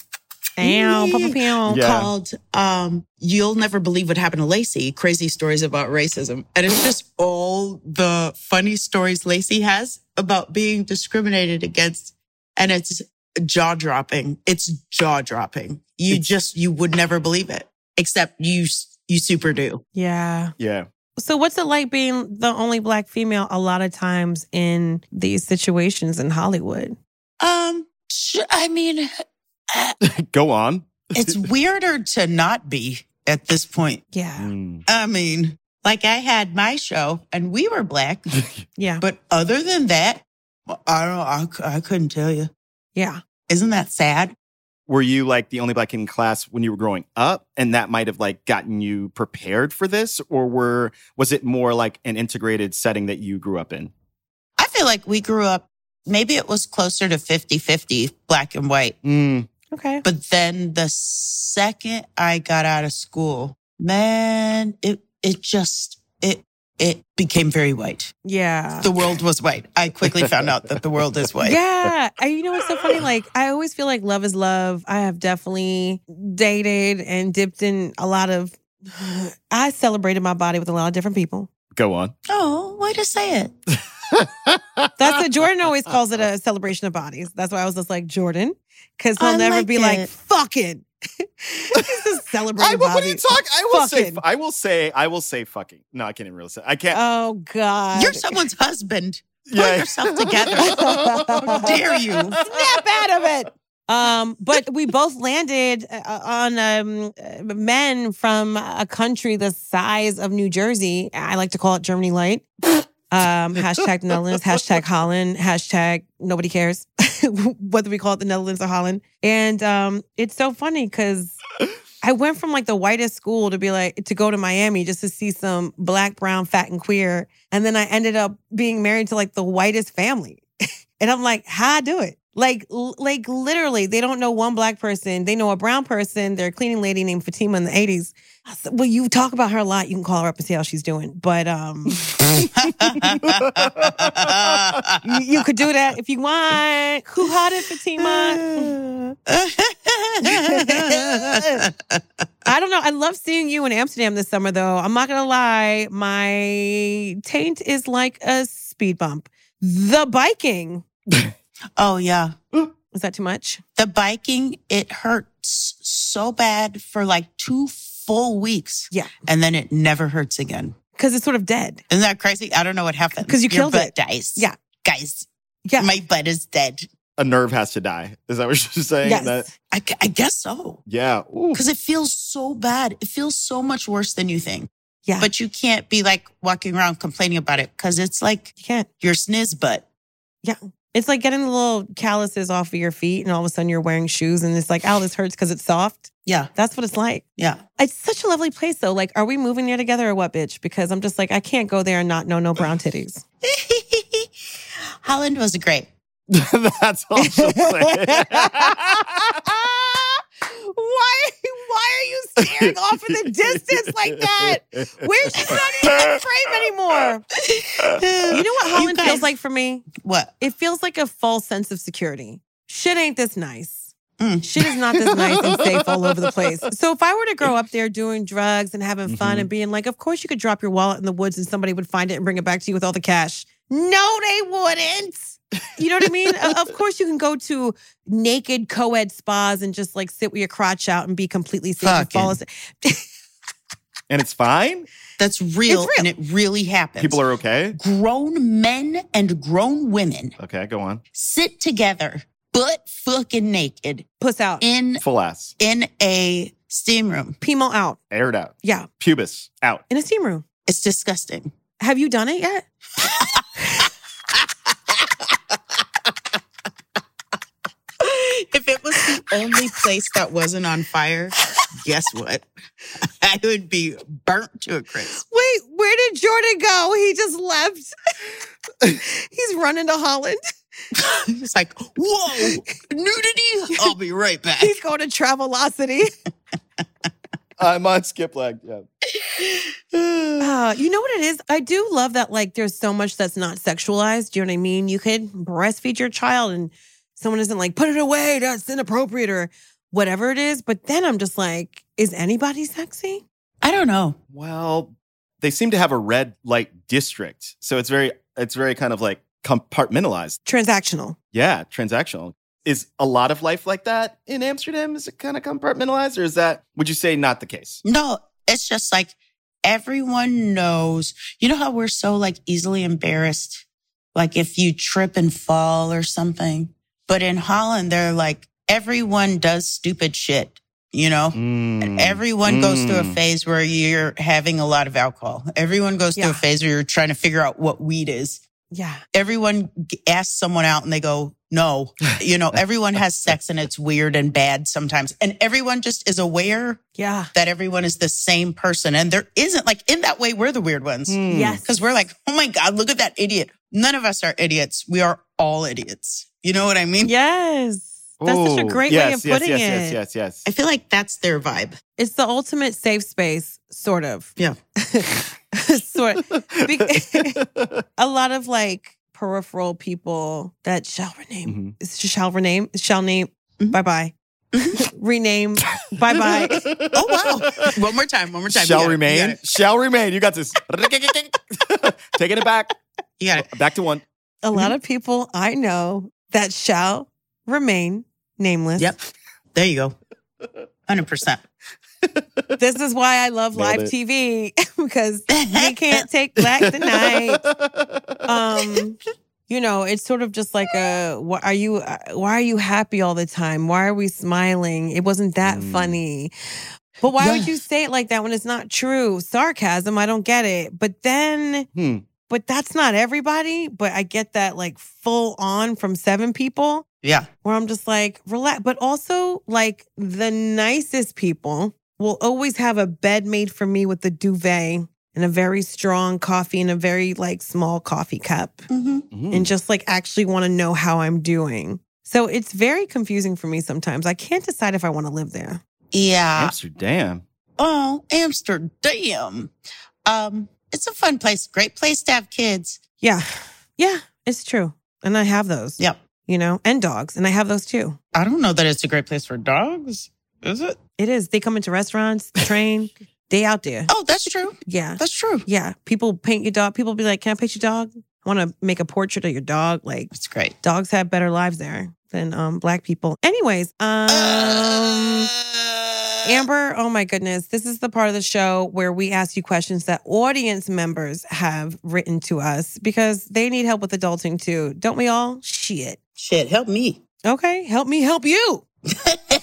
Damn. Papa Peon.
Yeah.
called um, You'll Never Believe What Happened to Lacey Crazy Stories About Racism. And it's just all the funny stories Lacey has about being discriminated against. And it's jaw dropping. It's jaw dropping. You
It's-
just, you would never believe it, except you, you super do.
yeah.
Yeah.
So, what's it like being the only black female a lot of times in these situations in Hollywood?
Um, I mean,
go on.
it's weirder to not be at this point.
Yeah.
Mm.
I mean, like I had my show and we were black,
Yeah.
but other than that, I don't, I, c- I couldn't tell you.
Yeah.
Isn't that sad?
Were you like the only black kid in class when you were growing up, and that might have like gotten you prepared for this, or were was it more like an integrated setting that you grew up in?
I feel like we grew up, maybe it was closer to 50 50 black and white.
Mm.
Okay.
But then the second I got out of school, man, it, it just, it, it became very white.
Yeah.
The world was white. I quickly found out that the world is white.
Yeah. And you know what's so funny? Like, I always feel like love is love. I have definitely dated and dipped in a lot of, I celebrated my body with a lot of different people.
Go on.
Oh, way to say it.
That's what Jordan always calls it a celebration of bodies. That's why I was just like Jordan, because he'll
I
never
like
be like
it.
fucking. it's just
I,
celebrating
will- what are you
bodies.
talking? I will say.
Fucking.
I will say. I will say. Fucking. No, I can't even really say. I can't.
Oh God!
You're someone's husband.
yeah.
yourself together.
How
dare you.
snap out of it. Um, but we both landed uh, on um, uh, men from a country the size of New Jersey. I like to call it Germany light. Um, hashtag the Netherlands, hashtag Holland, hashtag nobody cares whether we call it the Netherlands or Holland. And um, it's so funny because I went from like the whitest school to be like to go to Miami just to see some black, brown, fat, and queer, and then I ended up being married to like the whitest family. And I'm like, how I do it? Like, l- like literally, they don't know one black person. They know a brown person. They're a cleaning lady named Fatima in the 80s. I said, well, you talk about her a lot. You can call her up and see how she's doing. But um, you, you could do that if you want. Who hot it, Fatima? I don't know. I love seeing you in Amsterdam this summer, though. I'm not gonna lie. My taint is like a speed bump. The biking.
oh yeah.
Is that too much?
The biking, it hurts so bad for like two full weeks.
Yeah.
And then it never hurts again.
Because it's sort of dead.
Isn't that crazy? I don't know what happened.
'Cause you
Your
killed
butt
it.
Dies.
Yeah.
Guys,
Yeah.
my butt is dead.
a nerve has to die. Is that what you're saying?
yes.
That-
I, gu- I guess so.
yeah. Ooh.
Because it feels so bad. It feels so much worse than you think.
Yeah.
But you can't be like walking around complaining about it because it's like
you can't.
your sniz butt.
It's like getting the little calluses off of your feet, and all of a sudden you're wearing shoes, and it's like, oh, this hurts because it's soft.
Yeah.
That's what it's like.
Yeah.
It's such a lovely place, though. Like, are we moving there together or what, bitch? Because I'm just like, I can't go there and not know no brown titties.
Holland was great.
That's all she'll say.
why? Why are you staring off in the distance like that? Where's she's not even in the frame anymore? You know what Holland
guys-
feels like for me?
What?
it feels like a false sense of security. Shit ain't this nice.
Mm.
Shit is not this nice and safe all over the place. So if I were to grow up there doing drugs and having fun
Mm-hmm.
Mhm.
and being like, of course you could drop your wallet in the woods and somebody would find it and bring it back to you with all the cash. No, they wouldn't. You know what I mean? O- of course you can go to naked co-ed spas and just like sit with your crotch out and be completely safe and fall
Fucking
asleep.
and it's fine.
That's real,
real.
and it really happens.
People are okay.
grown men and grown women
Okay, go on.
sit together, butt fucking naked,
Puss out.
in
Full ass,
in a steam room.
Pimo out.
aired out,
Yeah.
pubis out.
In a steam room.
It's disgusting.
Have you done it yet?
If it was the only place that wasn't on fire, guess what? I would be burnt to a crisp.
Wait, where did Jordan go? He just left. He's running to Holland.
It's like, whoa, nudity. I'll be right back.
He's going to Travelocity.
I'm on skip leg. Yeah.
Uh, you know what it is? I do love that, like, there's so much that's not sexualized. Do you know what I mean? You could breastfeed your child and someone isn't like, put it away, that's inappropriate or whatever it is. But then I'm just like, is anybody sexy?
I don't know.
Well, they seem to have a red light district, so it's very, it's very kind of like compartmentalized.
Transactional.
Yeah, transactional. Is a lot of life like that in Amsterdam? Is it kind of compartmentalized, or is that would you say not the case?
No, it's just like everyone knows. You know how we're so like easily embarrassed? Like if you trip and fall or something. But in Holland, they're like, everyone does stupid shit, you know?
Mm.
Everyone goes through a
Mm.
phase where you're having a lot of alcohol. Everyone goes through
Yeah.
a phase where you're trying to figure out what weed is.
Yeah.
Everyone g- asks someone out and they go, no. You know, everyone has sex and it's weird and bad sometimes. And everyone just is aware
Yeah.
that everyone is the same person. And there isn't like in that way, we're the weird ones.
Mm.
Yes.
Cause we're like, oh my God, look at that idiot. None of us are idiots. We are all idiots. You know what I mean?
Yes. That's such a
Ooh,
great way
yes,
of
yes,
putting
yes,
it.
Yes, yes, yes,
I feel like that's their vibe.
It's the ultimate safe space, sort of.
Yeah.
sort Be- a lot of like peripheral people that shall rename,
Mhm.
shall rename, shall name,
Mhm.
bye bye, rename, bye bye.
Oh, wow. one more time. One more time. You
Shall
got it, you got
remain.
it.
Shall remain. You got this. Taking it back.
You got it.
Back to one.
A lot of people I know that shall remain nameless.
Yep. There you go. 100%.
This is why I love
Nailed
live
it.
TV because we can't take black tonight. um you know it's sort of just like a why are you uh, why are you happy all the time why are we smiling it wasn't that
Mm.
funny but why would
Yeah.
you say it like that when it's not true sarcasm i don't get it but then
Hmm.
but that's not everybody but i get that like full on from seven people
Yeah.
where i'm just like relax but also like the nicest people will always have a bed made for me with a duvet and a very strong coffee and a very like small coffee cup
hmm
Hmm.
and just like actually want to know how I'm doing. So it's very confusing for me sometimes. I can't decide if I want to live there.
Yeah.
Amsterdam.
Oh, Amsterdam. Um, it's a fun place. Great place to have kids.
Yeah. Yeah, it's true. And I have those.
Yep.
You know, and dogs. And I have those too.
I don't know that it's a great place for dogs. Is it?
It is. They come into restaurants, the train, they out there.
Oh, that's true.
Yeah.
That's true.
Yeah. People paint your dog. People be like, Can I paint your dog? I want to make a portrait of your dog. Like
That's great.
dogs have better lives there than um black people. Anyways, um Amber, oh my goodness. This is the part of the show where we ask you questions that audience members have written to us because they need help with adulting too. Don't we all? Shit.
Shit, help me.
Okay. Help me help you.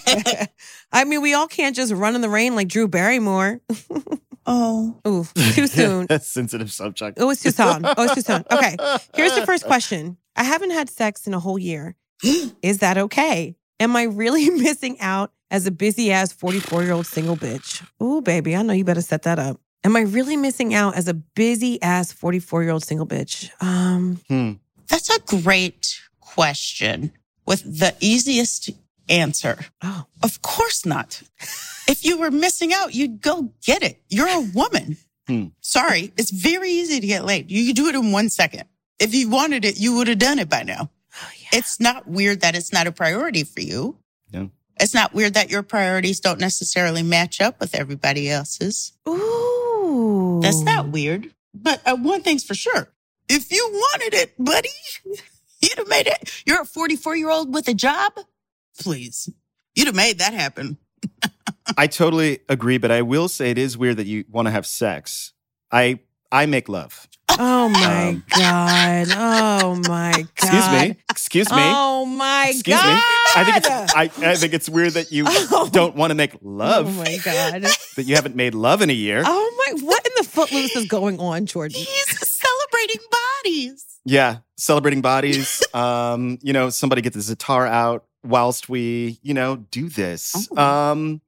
I mean, we all can't just run in the rain like Drew Barrymore.
oh.
Ooh, too soon.
That's sensitive subject.
Oh, it's too soon. Oh, it's too soon. Okay. Here's
Uh,
the first question I haven't had sex in a whole year. Is that okay? Am I really missing out as a busy ass 44 year old single bitch? Ooh, baby, I know you better set that up. Am I really missing out as a busy ass 44 year old single bitch? Um,
Hmm.
That's a great question with the easiest answer.
oh,
Of course not. If you were missing out, you'd go get it. You're a woman.
Hmm.
Sorry, it's very easy to get laid. You could do it in one second. If you wanted it, you would have done it by now. It's not weird that it's not a priority for you.
Yeah.
It's not weird that your priorities don't necessarily match up with everybody else's.
ooh.
That's not weird. But uh, one thing's for sure. If you wanted it, buddy, you'd have made it. You're a 44 year old with a job. Please, you'd have made that happen.
I totally agree, but I will say it is weird that you want to have sex. I I make love.
Oh my
Um,
God. Oh my God.
Excuse me. Excuse me.
Oh my
Excuse
God.
me. I think it's I, I think it's weird that you
Oh.
don't want to make love.
Oh my God.
That you haven't made love in a year.
Oh my, what in the footloose is going on, Jordan?
He's celebrating bodies.
Yeah, celebrating bodies. um, you know, somebody get the sitar out whilst we, you know, do this.
Oh.
Um,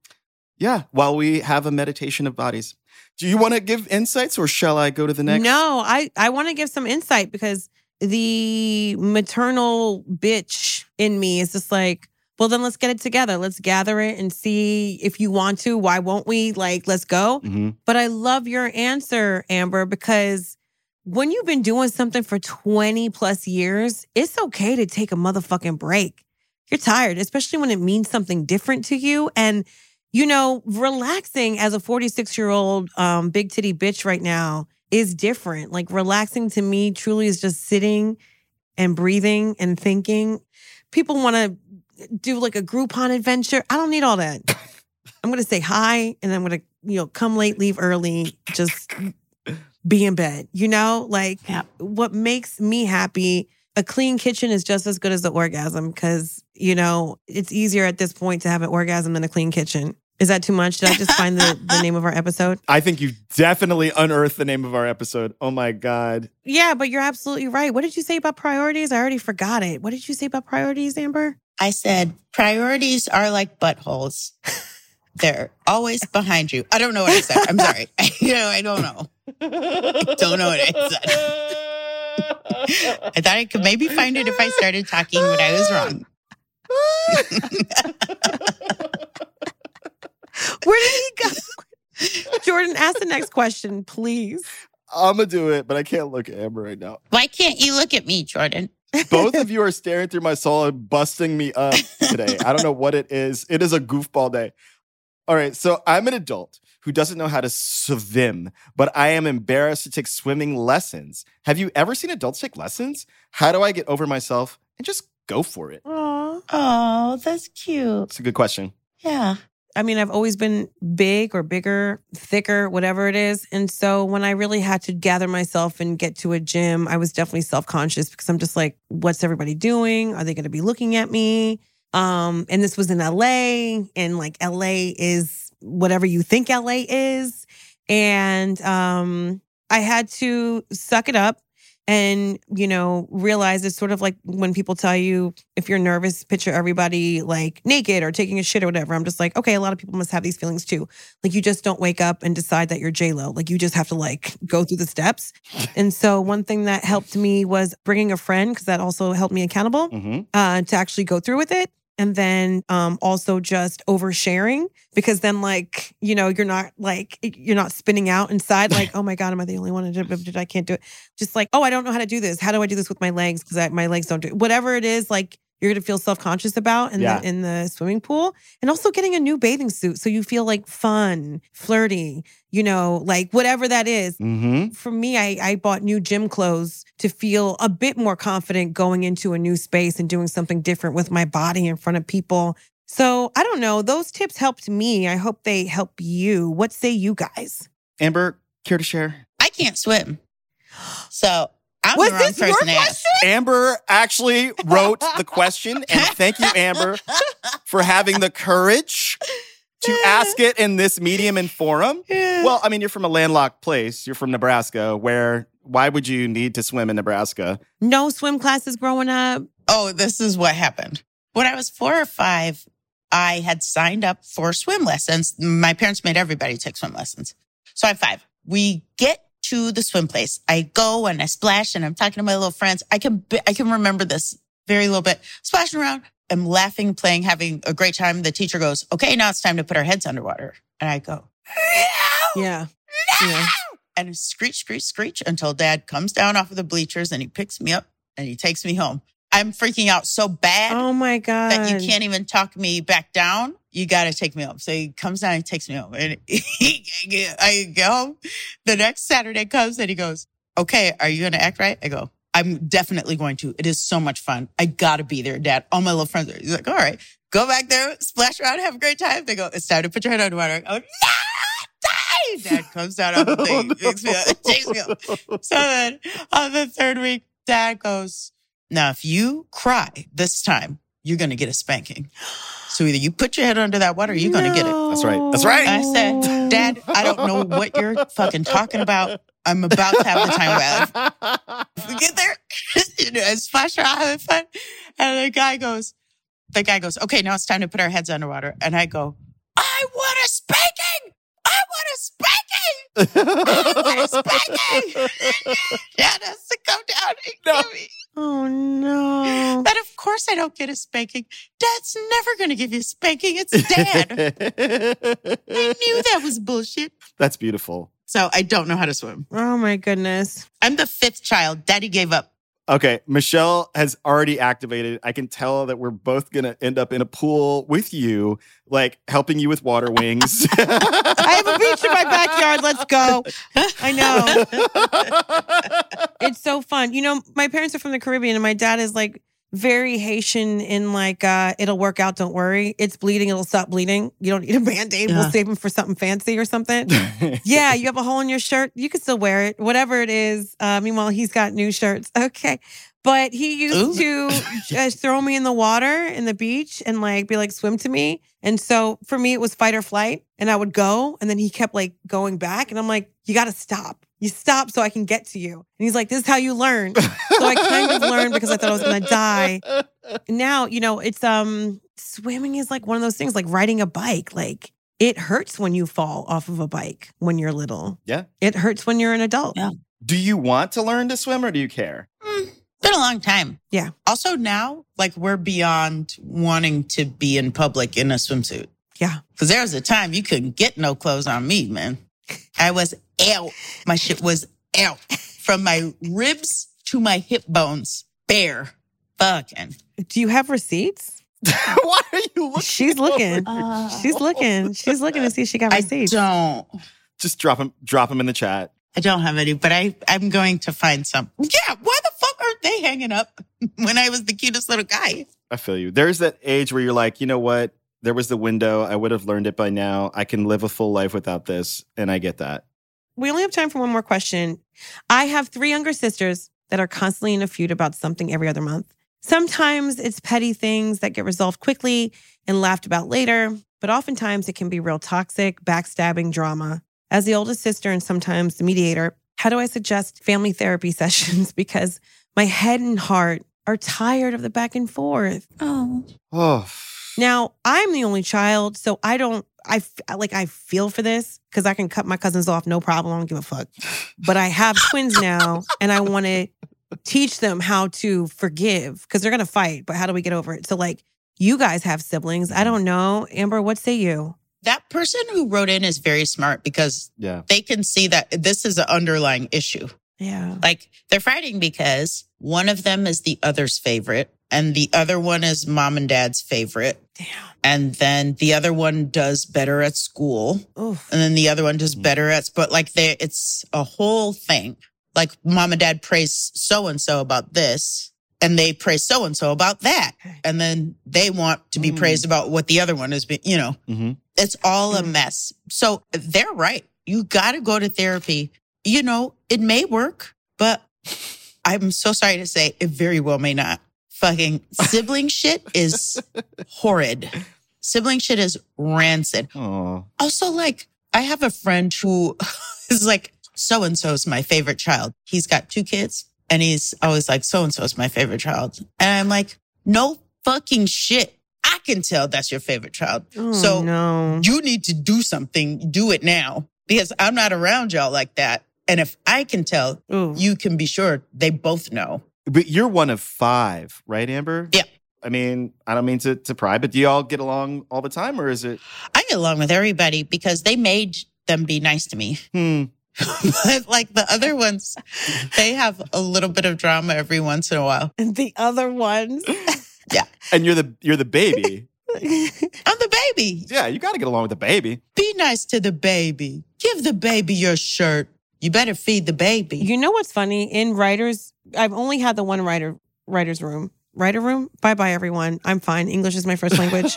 yeah, while we have a meditation of bodies. Do you want to give insights, or shall I go to the next?
No, I, I want to give some insight because the maternal bitch in me is just like, well, then let's get it together. Let's gather it and see if you want to. Why won't we? Like, let's go.
Mhm.
But I love your answer, Amber, because when you've been doing something for 20 plus years, it's okay to take a motherfucking break. You're tired, especially when it means something different to you. And, you know, relaxing as a 46 year old um, big titty bitch right now is different. Like, relaxing to me truly is just sitting and breathing and thinking. People want to do like a Groupon adventure. I don't need all that. I'm going to say hi and I'm going to, you know, come late, leave early, just be in bed, you know? Like,
Yeah.
what makes me happy, a clean kitchen is just as good as the orgasm because, you know, it's easier at this point to have an orgasm than a clean kitchen. Is that too much? Did I just find the, the name of our episode?
I think you definitely unearthed the name of our episode. Oh my god.
Yeah, but you're absolutely right. What did you say about priorities? I already forgot it. What did you say about priorities, Amber?
I said, priorities are like buttholes. They're always behind you. I don't know what I said. I'm sorry. you know, I don't know. don't know what I
said.
I thought I could maybe find it if I started talking, but I was wrong.
Where did he go? Jordan, ask the next question, please.
I'm gonna do it, but I can't look at Amber right now.
Why can't you look at me, Jordan?
Both of you are staring through my soul and busting me up today. I don't know what it is. It is a goofball day. All right, so I'm an adult who doesn't know how to swim, but I am embarrassed to take swimming lessons. Have you ever seen adults take lessons? How do I get over myself and just go for it?
Aw.
Oh, that's cute.
It's a good question.
Yeah.
I mean, I've always been big or bigger, thicker, whatever it is. And so when I really had to gather myself and get to a gym, I was definitely self conscious because I'm just like, what's everybody doing? Are they going to be looking at me? Um, and this was in LA, and like LA is whatever you think LA is. And um, I had to suck it up and, you know, realize it's sort of like when people tell you, if you're nervous, picture everybody like naked or taking a shit or whatever. I'm just like, okay, a lot of people must have these feelings too. Like you just don't wake up and decide that you're J Lo. Like you just have to like go through the steps. And so one thing that helped me was bringing a friend because that also helped me accountable
hmm
uh, to actually go through with it. And then um, also just oversharing because then like you know you're not like you're not spinning out inside like oh my god am I the only one I can't do it just like oh I don't know how to do this how do I do this with my legs because my legs don't do it. whatever it is like you're gonna feel self conscious about in
Yeah.
the in the swimming pool and also getting a new bathing suit so you feel like fun flirty you know like whatever that is
hmm
for me, I, I bought new gym clothes to feel a bit more confident going into a new space and doing something different with my body in front of people. So I don't know. Those tips helped me. I hope they help you. What say you guys?
Amber, care to share?
I can't swim. So I'm
Was
the wrong
this your
person to ask.
Amber actually wrote the question, and thank you, Amber, for having the courage to ask it in this medium and forum. Well, I mean, you're from a landlocked place. You're from Nebraska, where why would you need to swim in Nebraska?
No swim classes growing up.
Oh, this is what happened. When I was four or five, I had signed up for swim lessons. My parents made everybody take swim lessons. So I'm five. We get to the swim place. I go and I splash and I'm talking to my little friends. I can, bi- I can remember this very little bit. Splashing around. I'm laughing, playing, having a great time. The teacher goes, okay, now it's time to put our heads underwater. And I go,
Yeah. Yeah.
and a screech, screech, screech until dad comes down off of the bleachers and he picks me up and he takes me home. I'm freaking out so bad
Oh my God.
that you can't even talk me back down. You got to take me home. So he comes down and takes me home. And he, I go home. The next Saturday comes and he goes, Okay, are you going to act right? I go, I'm definitely going to. It is so much fun. I got to be there, dad. All my little friends are. He's like, All right, go back there, splash around, have a great time. They go, It's time to put your head underwater. I go, No! Die! Dad comes down on the thing,
Oh,
picks me up, takes me home. So then on the third week, dad goes, Now, if you cry this time, you're going to get a spanking. So either you put your head under that water or you're going to get it.
That's right. That's right.
I said, Dad, I don't know what you're fucking talking about. I'm about to have the time of my life. We get there, you know, it's flash around having fun. And the guy goes, the guy goes, okay, now it's time to put our heads underwater. And I go, I want a spanking. I want a spanking. Dad has to come down and
No.
give me.
Oh no.
But of course I don't get a spanking. Dad's never going to give you a spanking. It's dad. I knew that was bullshit.
That's beautiful.
So I don't know how to swim.
Oh my goodness.
I'm the fifth child. Daddy gave up.
Okay, Michelle has already activated. I can tell that we're both gonna end up in a pool with you, like helping you with water wings.
I have a beach in my backyard. Let's go. I know. it's so fun. You know, my parents are from the Caribbean, and my dad is like very Haitian in like uh, it'll work out. Don't worry, it's bleeding. It'll stop bleeding. You don't need a band aid.
Yeah.
We'll save him for something fancy or something. yeah, you have a hole in your shirt. You can still wear it, whatever it is. Uh, meanwhile, he's got new shirts. Okay. But he used to just throw me in the water in the beach and like be like, swim to me. And so for me, it was fight or flight. And I would go. And then he kept like going back. And I'm like, you got to stop. You stop so I can get to you. And he's like, this is how you learn. So I kind of learned because I thought I was gonna die. now you know it's um swimming is like one of those things like riding a bike like it hurts when you fall off of a bike when you're little
Yeah.
it hurts when you're an adult
Yeah.
Do you want to learn to swim or do you care?
Mm, been a long time.
Yeah.
Also now, like we're beyond wanting to be in public in a swimsuit.
Yeah.
Cause there was a time you couldn't get no clothes on me, man. I was out. My shit was out from my ribs to my hip bones, bare. Fucking.
do you have receipts
Why are you looking?
She's looking.
Uh,
She's looking. She's looking to see if she got
I
receipts.
don't.
Just drop him. Drop him in the chat.
I don't have any, but I, I'm going to find some. Yeah, why the fuck aren't they hanging up when I was the cutest little guy?
I feel you. There's that age where you're like, you know what? There was the window. I would have learned it by now. I can live a full life without this, and I get that.
We only have time for one more question. I have three younger sisters that are constantly in a feud about something every other month. Sometimes it's petty things that get resolved quickly and laughed about later, but oftentimes it can be real toxic, backstabbing drama. As the oldest sister and sometimes the mediator, how do I suggest family therapy sessions? Because my head and heart are tired of the back and forth.
Oh,
Oh,
Now, I'm the only child, so I don't I f- like I feel for this cuz I can cut my cousins off no problem, I don't give a fuck. But I have twins now and I want to teach them how to forgive cuz they're going to fight, but how do we get over it? So like you guys have siblings. I don't know. Amber, what say you?
that person who wrote in is very smart because
yeah.
they can see that this is an underlying issue.
Yeah.
Like they're fighting because one of them is the other's favorite and the other one is mom and dad's favorite.
Damn.
And then the other one does better at school.
Oof.
and then the other one does
Mhm.
better at but like they it's a whole thing like mom and dad praise so and so about this and they praise so and so about that
Okay.
and then they want to be
Mm.
praised about what the other one is being you know
hmm
it's all a
Mm.
mess so they're right you got to go to therapy you know it may work but i'm so sorry to say it very well may not fucking sibling shit is horrid sibling shit is rancid
Oh,
also like I have a friend who is like so and so's my favorite child. He's got two kids and he's always like so and so's my favorite child. And I'm like, no fucking shit. I can tell that's your favorite child.
Oh,
so
no.
you need to do something. Do it now because I'm not around y'all like that. And if I can tell,
Ooh.
you can be sure they both know.
but you're one of five, right, Amber?
Yeah.
I mean, I don't mean to to pry, but do y'all get along all the time, or is it?
I get along with everybody because they made them be nice to me.
Hmm.
but like the other ones, they have a little bit of drama every once in a while.
and the other ones.
And you're the you're the baby.
I'm the baby.
yeah, you got to get along with the baby.
Be nice to the baby. Give the baby your shirt. You better feed the baby.
You know what's funny? In writers, I've only had the one writer writer's room. Writer room. Bye bye everyone. I'm fine. English is my first language.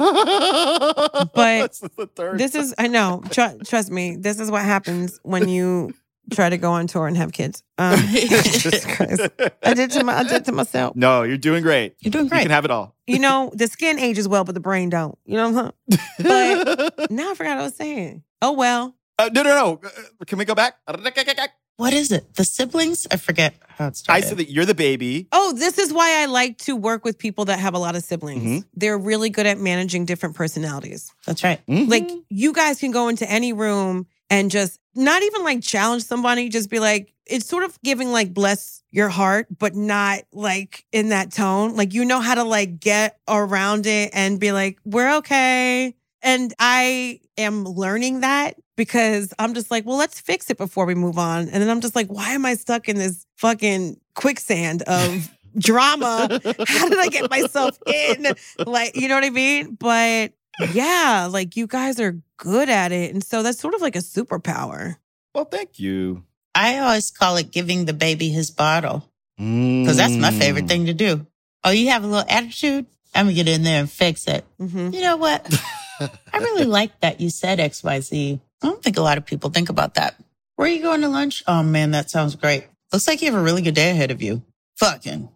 but the third.
this is I know. Tr- trust me. This is what happens when you try to go on tour and have kids. Um, Jesus Christ. I did to my, I did to myself.
No, you're doing great.
You're doing
You
great.
can have it all.
You know, the skin ages well, but the brain don't. You know what I'm But- Now I forgot what I was saying. Oh well.
Uh, no, no, no. Uh, Can we go back?
what is it? The siblings? I forget how it
I
started.
said that you're the baby.
Oh, this is why I like to work with people that have a lot of siblings. They're really good at managing different personalities.
That's right.
Like
Mm-hmm.
you guys can go into any room and just not even like challenge somebody, just be like, it's sort of giving like bless your heart, but not like in that tone. Like you know how to like get around it and be like, we're okay. And I am learning that because I'm just like, well, let's fix it before we move on. And then I'm just like, why am I stuck in this fucking quicksand of drama?
Mm-hmm.
how did I get myself in? Like, you know what I mean? But yeah, like you guys are good at it. And so that's sort of like a superpower.
Well, thank you.
I always call it giving the baby his bottle
Mm.
because that's my favorite thing to do. Oh, you have a little attitude? I'm going to get in there and fix it.
hmm
You know what? I really like that you said XYZ. I don't think a lot of people think about that. Where are you going to lunch? Oh man, that sounds great. Looks like you have a really good day ahead of you. Fucking.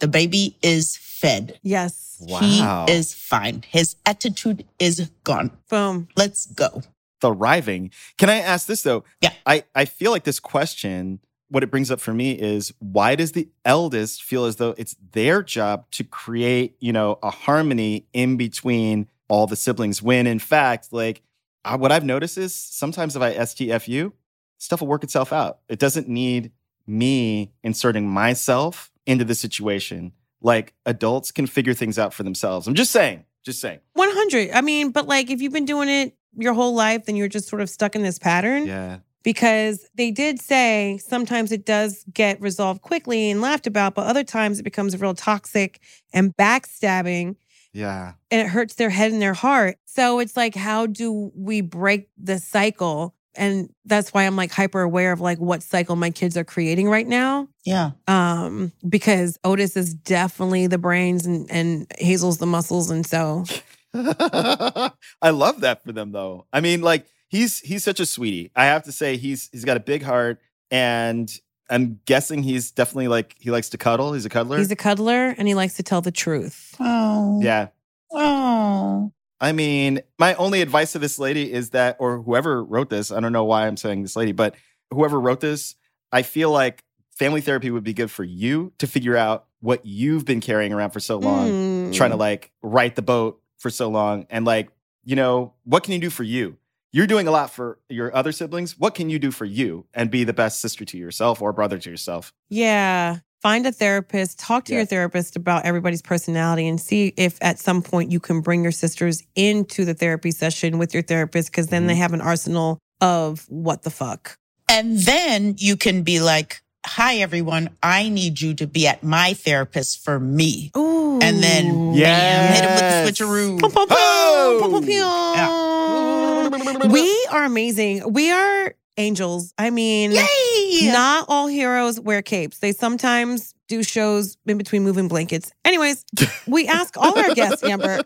The baby is fed.
Yes.
Wow.
He is fine. His attitude is gone.
Boom.
Let's go.
thriving. Can I ask this though?
Yeah.
I, I feel like this question, what it brings up for me is why does the eldest feel as though it's their job to create, you know, a harmony in between all the siblings when in fact, like I, what I've noticed is sometimes if I STFU, stuff will work itself out. It doesn't need me inserting myself into the situation. Like adults can figure things out for themselves. I'm just saying, just saying.
100. I mean, but like if you've been doing it your whole life, then you're just sort of stuck in this pattern
Yeah.
because they did say sometimes it does get resolved quickly and laughed about, but other times it becomes real toxic and backstabbing.
Yeah.
and it hurts their head and their heart. So it's like, how do we break the cycle? And that's why I'm like hyper aware of like what cycle my kids are creating right now.
Yeah.
Um, because Otis is definitely the brains and, and Hazel's the muscles. And so
I love that for them though. I mean, like he's he's such a sweetie. I have to say he's he's got a big heart and I'm guessing he's definitely like he likes to cuddle. He's a cuddler.
he's a cuddler and he likes to tell the truth.
Oh.
yeah.
Oh.
I mean, my only advice to this lady is that or whoever wrote this, I don't know why I'm saying this lady, but whoever wrote this, I feel like family therapy would be good for you to figure out what you've been carrying around for so long.
Mm.
trying to like right the boat for so long and like you know what can you do for you you're doing a lot for your other siblings what can you do for you and be the best sister to yourself or brother to yourself
Yeah. Find a therapist, talk to
Yeah.
your therapist about everybody's personality and see if at some point you can bring your sisters into the therapy session with your therapist because then they have an arsenal of what the fuck.
And then you can be like, hi, everyone. I need you to be at my therapist for me.
Ooh.
And then bam, hit him with the
Pum,
switcheroo.
pum, pum,
Oh!
pum, pum, pum. We are amazing. We are angels. I mean,
Yay.
not all heroes wear capes. They sometimes do shows in between moving blankets. Anyways, we ask all our guests, Amber.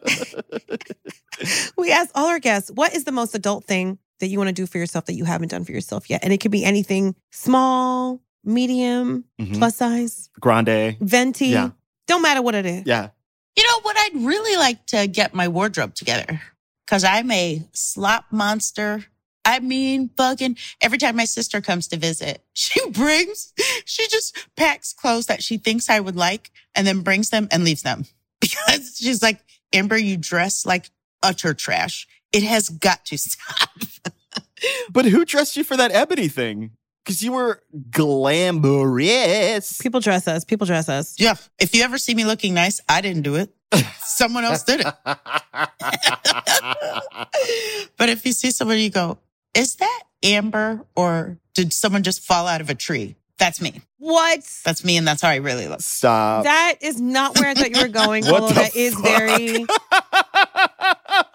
we ask all our guests, what is the most adult thing that you want to do for yourself that you haven't done for yourself yet? And it could be anything small, medium,
Mhm.
plus size,
grande
venti.
Yeah.
Don't matter what it is.
yeah
You know what? I'd really like to get my wardrobe together because I'm a slop monster. I mean, fucking every time my sister comes to visit, she brings, she just packs clothes that she thinks I would like and then brings them and leaves them because she's like, Amber, you dress like utter trash. It has got to stop.
but who dressed you for that ebony thing because you were glamorous
People dress us. People dress us.
Yeah. If you ever see me looking nice, I didn't do it. Someone else did it. but if you see somebody, you go, is that Amber or did someone just fall out of a tree? That's me.
What?
That's me. And that's how I really look.
stop
That is not where I thought you were going.
What
although
the
that is very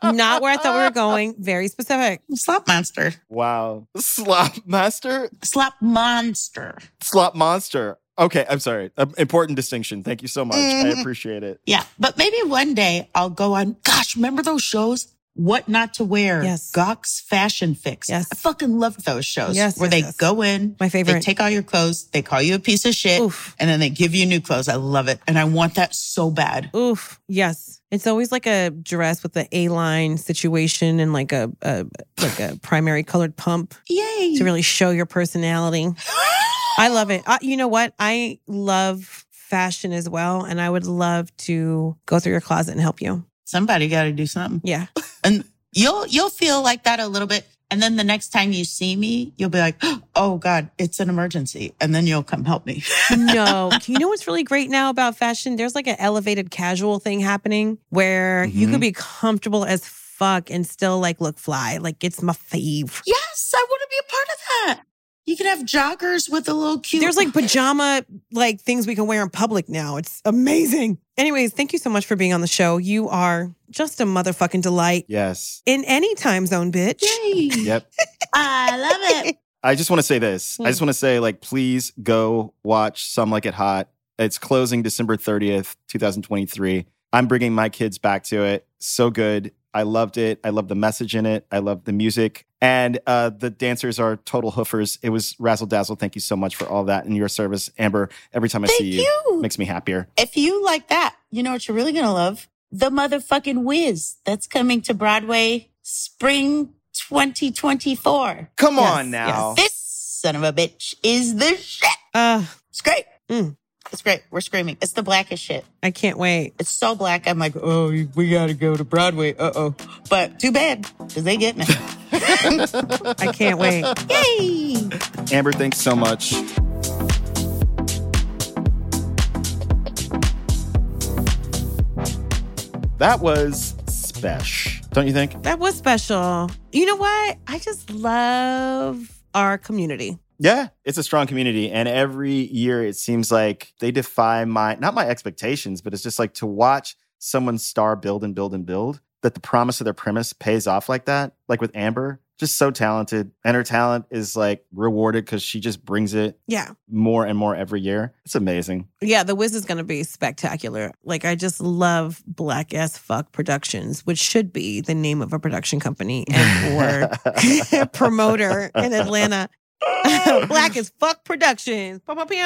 not where I thought we were going. Very specific.
Slop monster.
wow slop master
Slop monster.
slop monster. Okay, I'm sorry. Um, important distinction. Thank you so much. I
Mhm.
appreciate it.
Yeah. But maybe one day I'll go on. Gosh, remember those shows? What not to wear.
Yes.
Gawk's Fashion Fix.
Yes.
I fucking loved those shows.
Yes,
Where
yes,
they
yes.
go in,
My
they
favorite.
take all your clothes, they call you a piece of shit,
Oof.
and then they give you new clothes. I love it. And I want that so bad.
Oof. Yes. It's always like a dress with the A line situation and like a, a like a primary colored pump
Yay.
to really show your personality. I love it. Uh, you know what? I love fashion as well, and I would love to go through your closet and help you.
Somebody got to do something.
Yeah.
and you'll you'll feel like that a little bit and then the next time you see me you'll be like oh god it's an emergency and then you'll come help me
No. you know what's really great now about fashion? There's like an elevated casual thing happening where you could be comfortable as fuck and still like look fly. Like it's my fave.
yes i want to be a part of that you can have joggers with a little cute
There's like pajama like things we can wear in public now. It's amazing. Anyways, thank you so much for being on the show. You are just a motherfucking delight
Yes.
in any time zone, bitch.
yay
Yep.
i love it
I just want to say this. I just want to say, like, please go watch Some Like It Hot. It's closing December 30th, 2023. I'm bringing my kids back to it. So good. I loved it. I love the message in it. I love the music. And uh, the dancers are total hoofers. It was razzle dazzle. Thank you so much for all that and your service, Amber. Every time I
thank
see you,
you
makes me happier.
if you like that you know what you're really gonna love the motherfucking whiz that's coming to broadway spring 2024
Come
Yes,
on now.
this son of a bitch is the shit
Uh,
It's great.
Mm.
It's great. We're screaming. It's the blackest shit.
I can't wait.
It's so black. I'm like, oh, we gotta go to Broadway. Uh oh. But too bad, cause they getting it.
I can't wait.
Yay!
Amber, thanks so much. That was special, don't you think?
That was special. You know what? I just love our community.
Yeah, it's a strong community. And every year it seems like they defy my, not my expectations, but it's just like to watch someone's star build and build and build that the promise of their premise pays off like that. Like with Amber, just so talented, and her talent is like rewarded because she just brings it
Yeah.
more and more every year. It's amazing.
Yeah, The Wiz is going to be spectacular. Like, I just love Black Ass Fuck Productions, which should be the name of a production company and or promoter in Atlanta. Black as Fuck Productions.
This
It's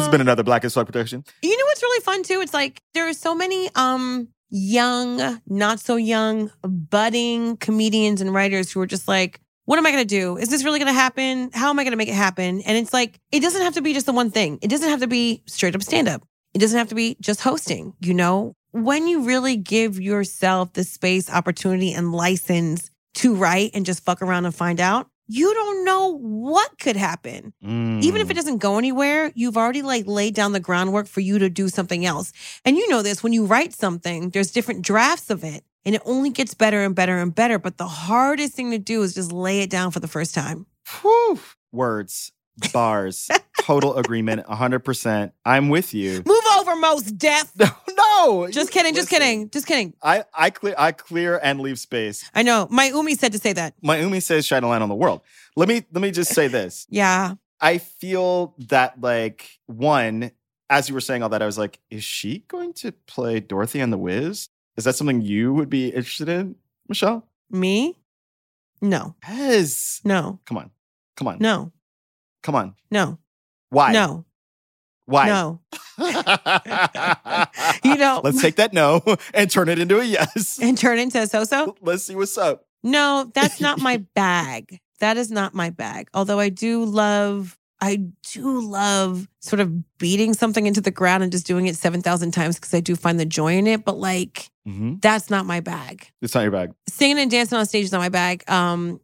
has been another Black is Fuck production.
You know what's really fun too? It's like there are so many um young, not so young, budding comedians and writers who are just like, what am I gonna do? Is this really gonna happen? How am I gonna make it happen? And it's like, it doesn't have to be just the one thing. It doesn't have to be straight up stand up. It doesn't have to be just hosting, you know? When you really give yourself the space, opportunity, and license to write and just fuck around and find out, you don't know what could happen even
Hmm.
if it doesn't go anywhere you've already like laid down the groundwork for you to do something else and you know this when you write something there's different drafts of it and it only gets better and better and better but the hardest thing to do is just lay it down for the first time
Mm. Whew. words, bars, total agreement, 100%. I'm with you.
move over most death
No, no.
just
you-
kidding just
listen.
kidding just kidding
I, I clear I clear and leave space.
i know my umi said to say that
My Umi says shine a light on the world. Let me let me just say this.
yeah
I feel that like one, as you were saying all that, I was like, is she going to play Dorothy and the Wiz? Is that something you would be interested in, Michelle?
me no
Yes.
no
Come on. Come on.
no
Come on.
no
Why?
no
Why?
no you know
Uh, Let's take that no and turn it into a yes.
and turn into a so-so
Let's see what's up.
No, that's not my bag. That is not my bag. Although I do love, I do love sort of beating something into the ground and just doing it 7,000 times because I do find the joy in it. But like,
Mm-hmm.
that's not my bag.
It's not your bag.
Singing and dancing on stage is not my bag. Um,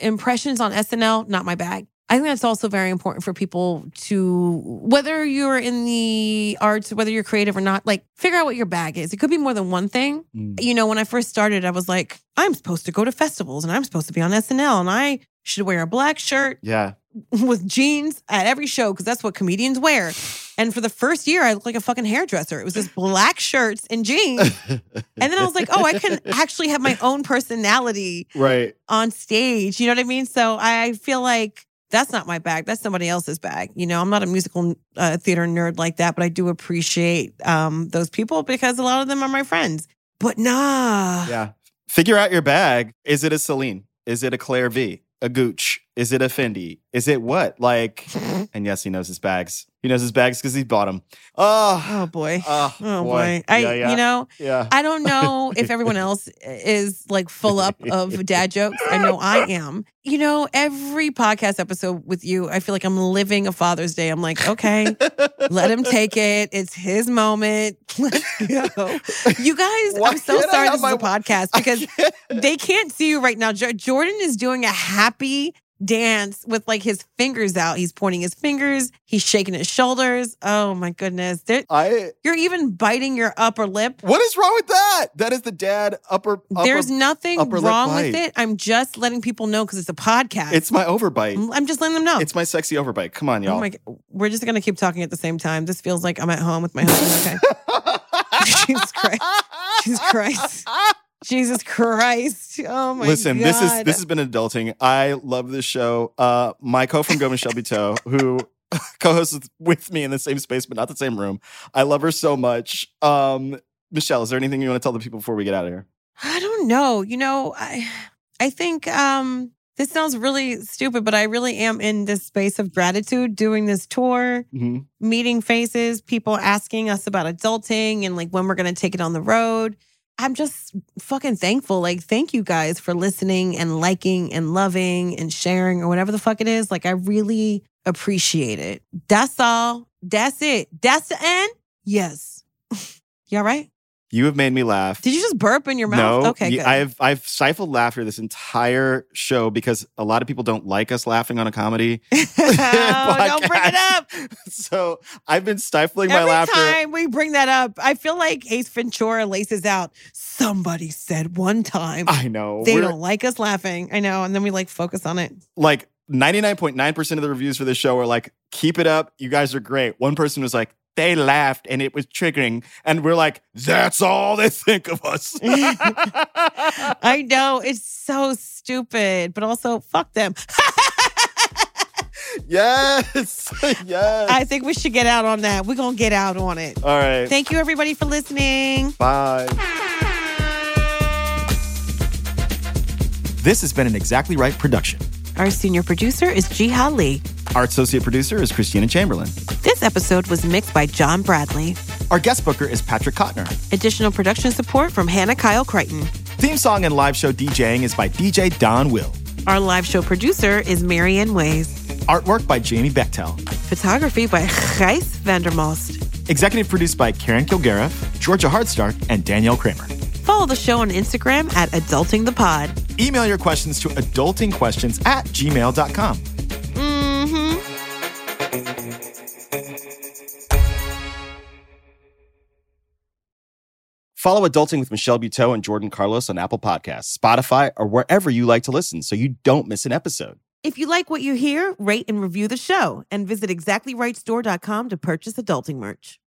impressions on SNL, not my bag. I think that's also very important for people to, whether you're in the arts, whether you're creative or not, like figure out what your bag is. It could be more than one thing
Mm.
you know, when I first started, I was like, I'm supposed to go to festivals and I'm supposed to be on SNL and I should wear a black shirt
Yeah.
with jeans at every show because that's what comedians wear. And for the first year, I looked like a fucking hairdresser. It was just black shirts and jeans.
and
And then I was like, oh, I can actually have my own personality
Right.
on stage. You know what I mean? So I feel like that's not my bag. That's somebody else's bag. You know, I'm not a musical uh, theater nerd like that, but I do appreciate um, those people because a lot of them are my friends. But nah.
Yeah. Figure out your bag. Is it a Celine? Is it a Claire V? A Gooch? Is it a Fendi? Is it what? Like, and yes, he knows his bags. He knows his bags because he bought them. Oh,
Oh boy.
oh,
Oh boy. I
yeah, yeah,
you know,
yeah.
I don't know if everyone else is like full up of dad jokes. I know I am. You know, every podcast episode with you, I feel like I'm living a Father's Day. I'm like, okay, let him take it. It's his moment. Let's go. You guys,
Why
I'm so
can't I
sorry
have
this is
my-
a podcast because they can't see you right now. Jo- Jordan is doing a happy dance with like his fingers out. He's pointing his fingers. He's shaking his shoulders. Oh my goodness. There,
I.
you're even biting your upper lip.
What is wrong with that? That is the dad upper. upper
There's nothing
upper lip
wrong with
bite.
it. I'm just letting people know because it's a podcast.
it's my overbite.
I'm I'm just letting them know.
It's my sexy overbite. Come on, y'all.
Oh my! g- We're just gonna keep talking at the same time. This feels like I'm at home with my husband. Okay. Jesus Christ. Jesus Christ. Jesus Christ. Oh my
Listen,
god.
this is this has been adulting. I love this show. Uh, my co from Gom and Shelby Toe, who co-hosts with me in the same space but not the same room. I love her so much. Um, Michelle, is there anything you want to tell the people before we get out of here?
I don't know. You know, I I think um this sounds really stupid, but I really am in this space of gratitude doing this tour.
hmm
meeting faces, people asking us about adulting and like when we're going to take it on the road. I'm just fucking thankful. Like, thank you guys for listening and liking and loving and sharing or whatever the fuck it is. Like, I really appreciate it. That's all. That's it. That's the end. Yes. you all right?
You have made me laugh.
Did you just burp in your mouth?
No,
okay,
you-
good.
I've I've stifled laughter this entire show because a lot of people don't like us laughing on a comedy.
Oh, don't bring it
podcast.
up.
So I've been stifling
Every
my laughter.
time we bring that up, I feel like Ace Ventura laces out. Somebody said one time.
I know
they
We're-
don't like us laughing. I know. And then we like focus on it.
like 99.9% of the reviews for this show are like, keep it up. You guys are great. One person was like, They laughed and it was triggering. And we're like, that's all they think of us.
I know it's so stupid, but also fuck them.
yes. yes.
I think we should get out on that. We're gonna get out on it.
all right.
Thank you everybody for listening.
Bye. This has been an Exactly Right production.
Our senior producer is Jiha Lee.
Our associate producer is Christina Chamberlain.
This episode was mixed by John Bradley.
Our guest booker is Patrick Kotner.
Additional production support from Hannah Kyle Crichton.
Theme song and live show DJing is by DJ Don Will.
Our live show producer is Marianne Ways.
Artwork by Jamie Bechtel.
Photography by Gijs Vandermost.
Executive produced by Karen Kilgariff, Georgia Hardstark, and Danielle Kramer.
Follow the show on Instagram at Adulting the Pod.
Email your questions to adultingquestions at gmail.com.
Mm-hmm.
Follow Adulting with Michelle Buteau and Jordan Carlos on Apple Podcasts, Spotify, or wherever you like to listen so you don't miss an episode.
If you like what you hear, rate and review the show and visit exactlyrightstore.com to purchase adulting merch.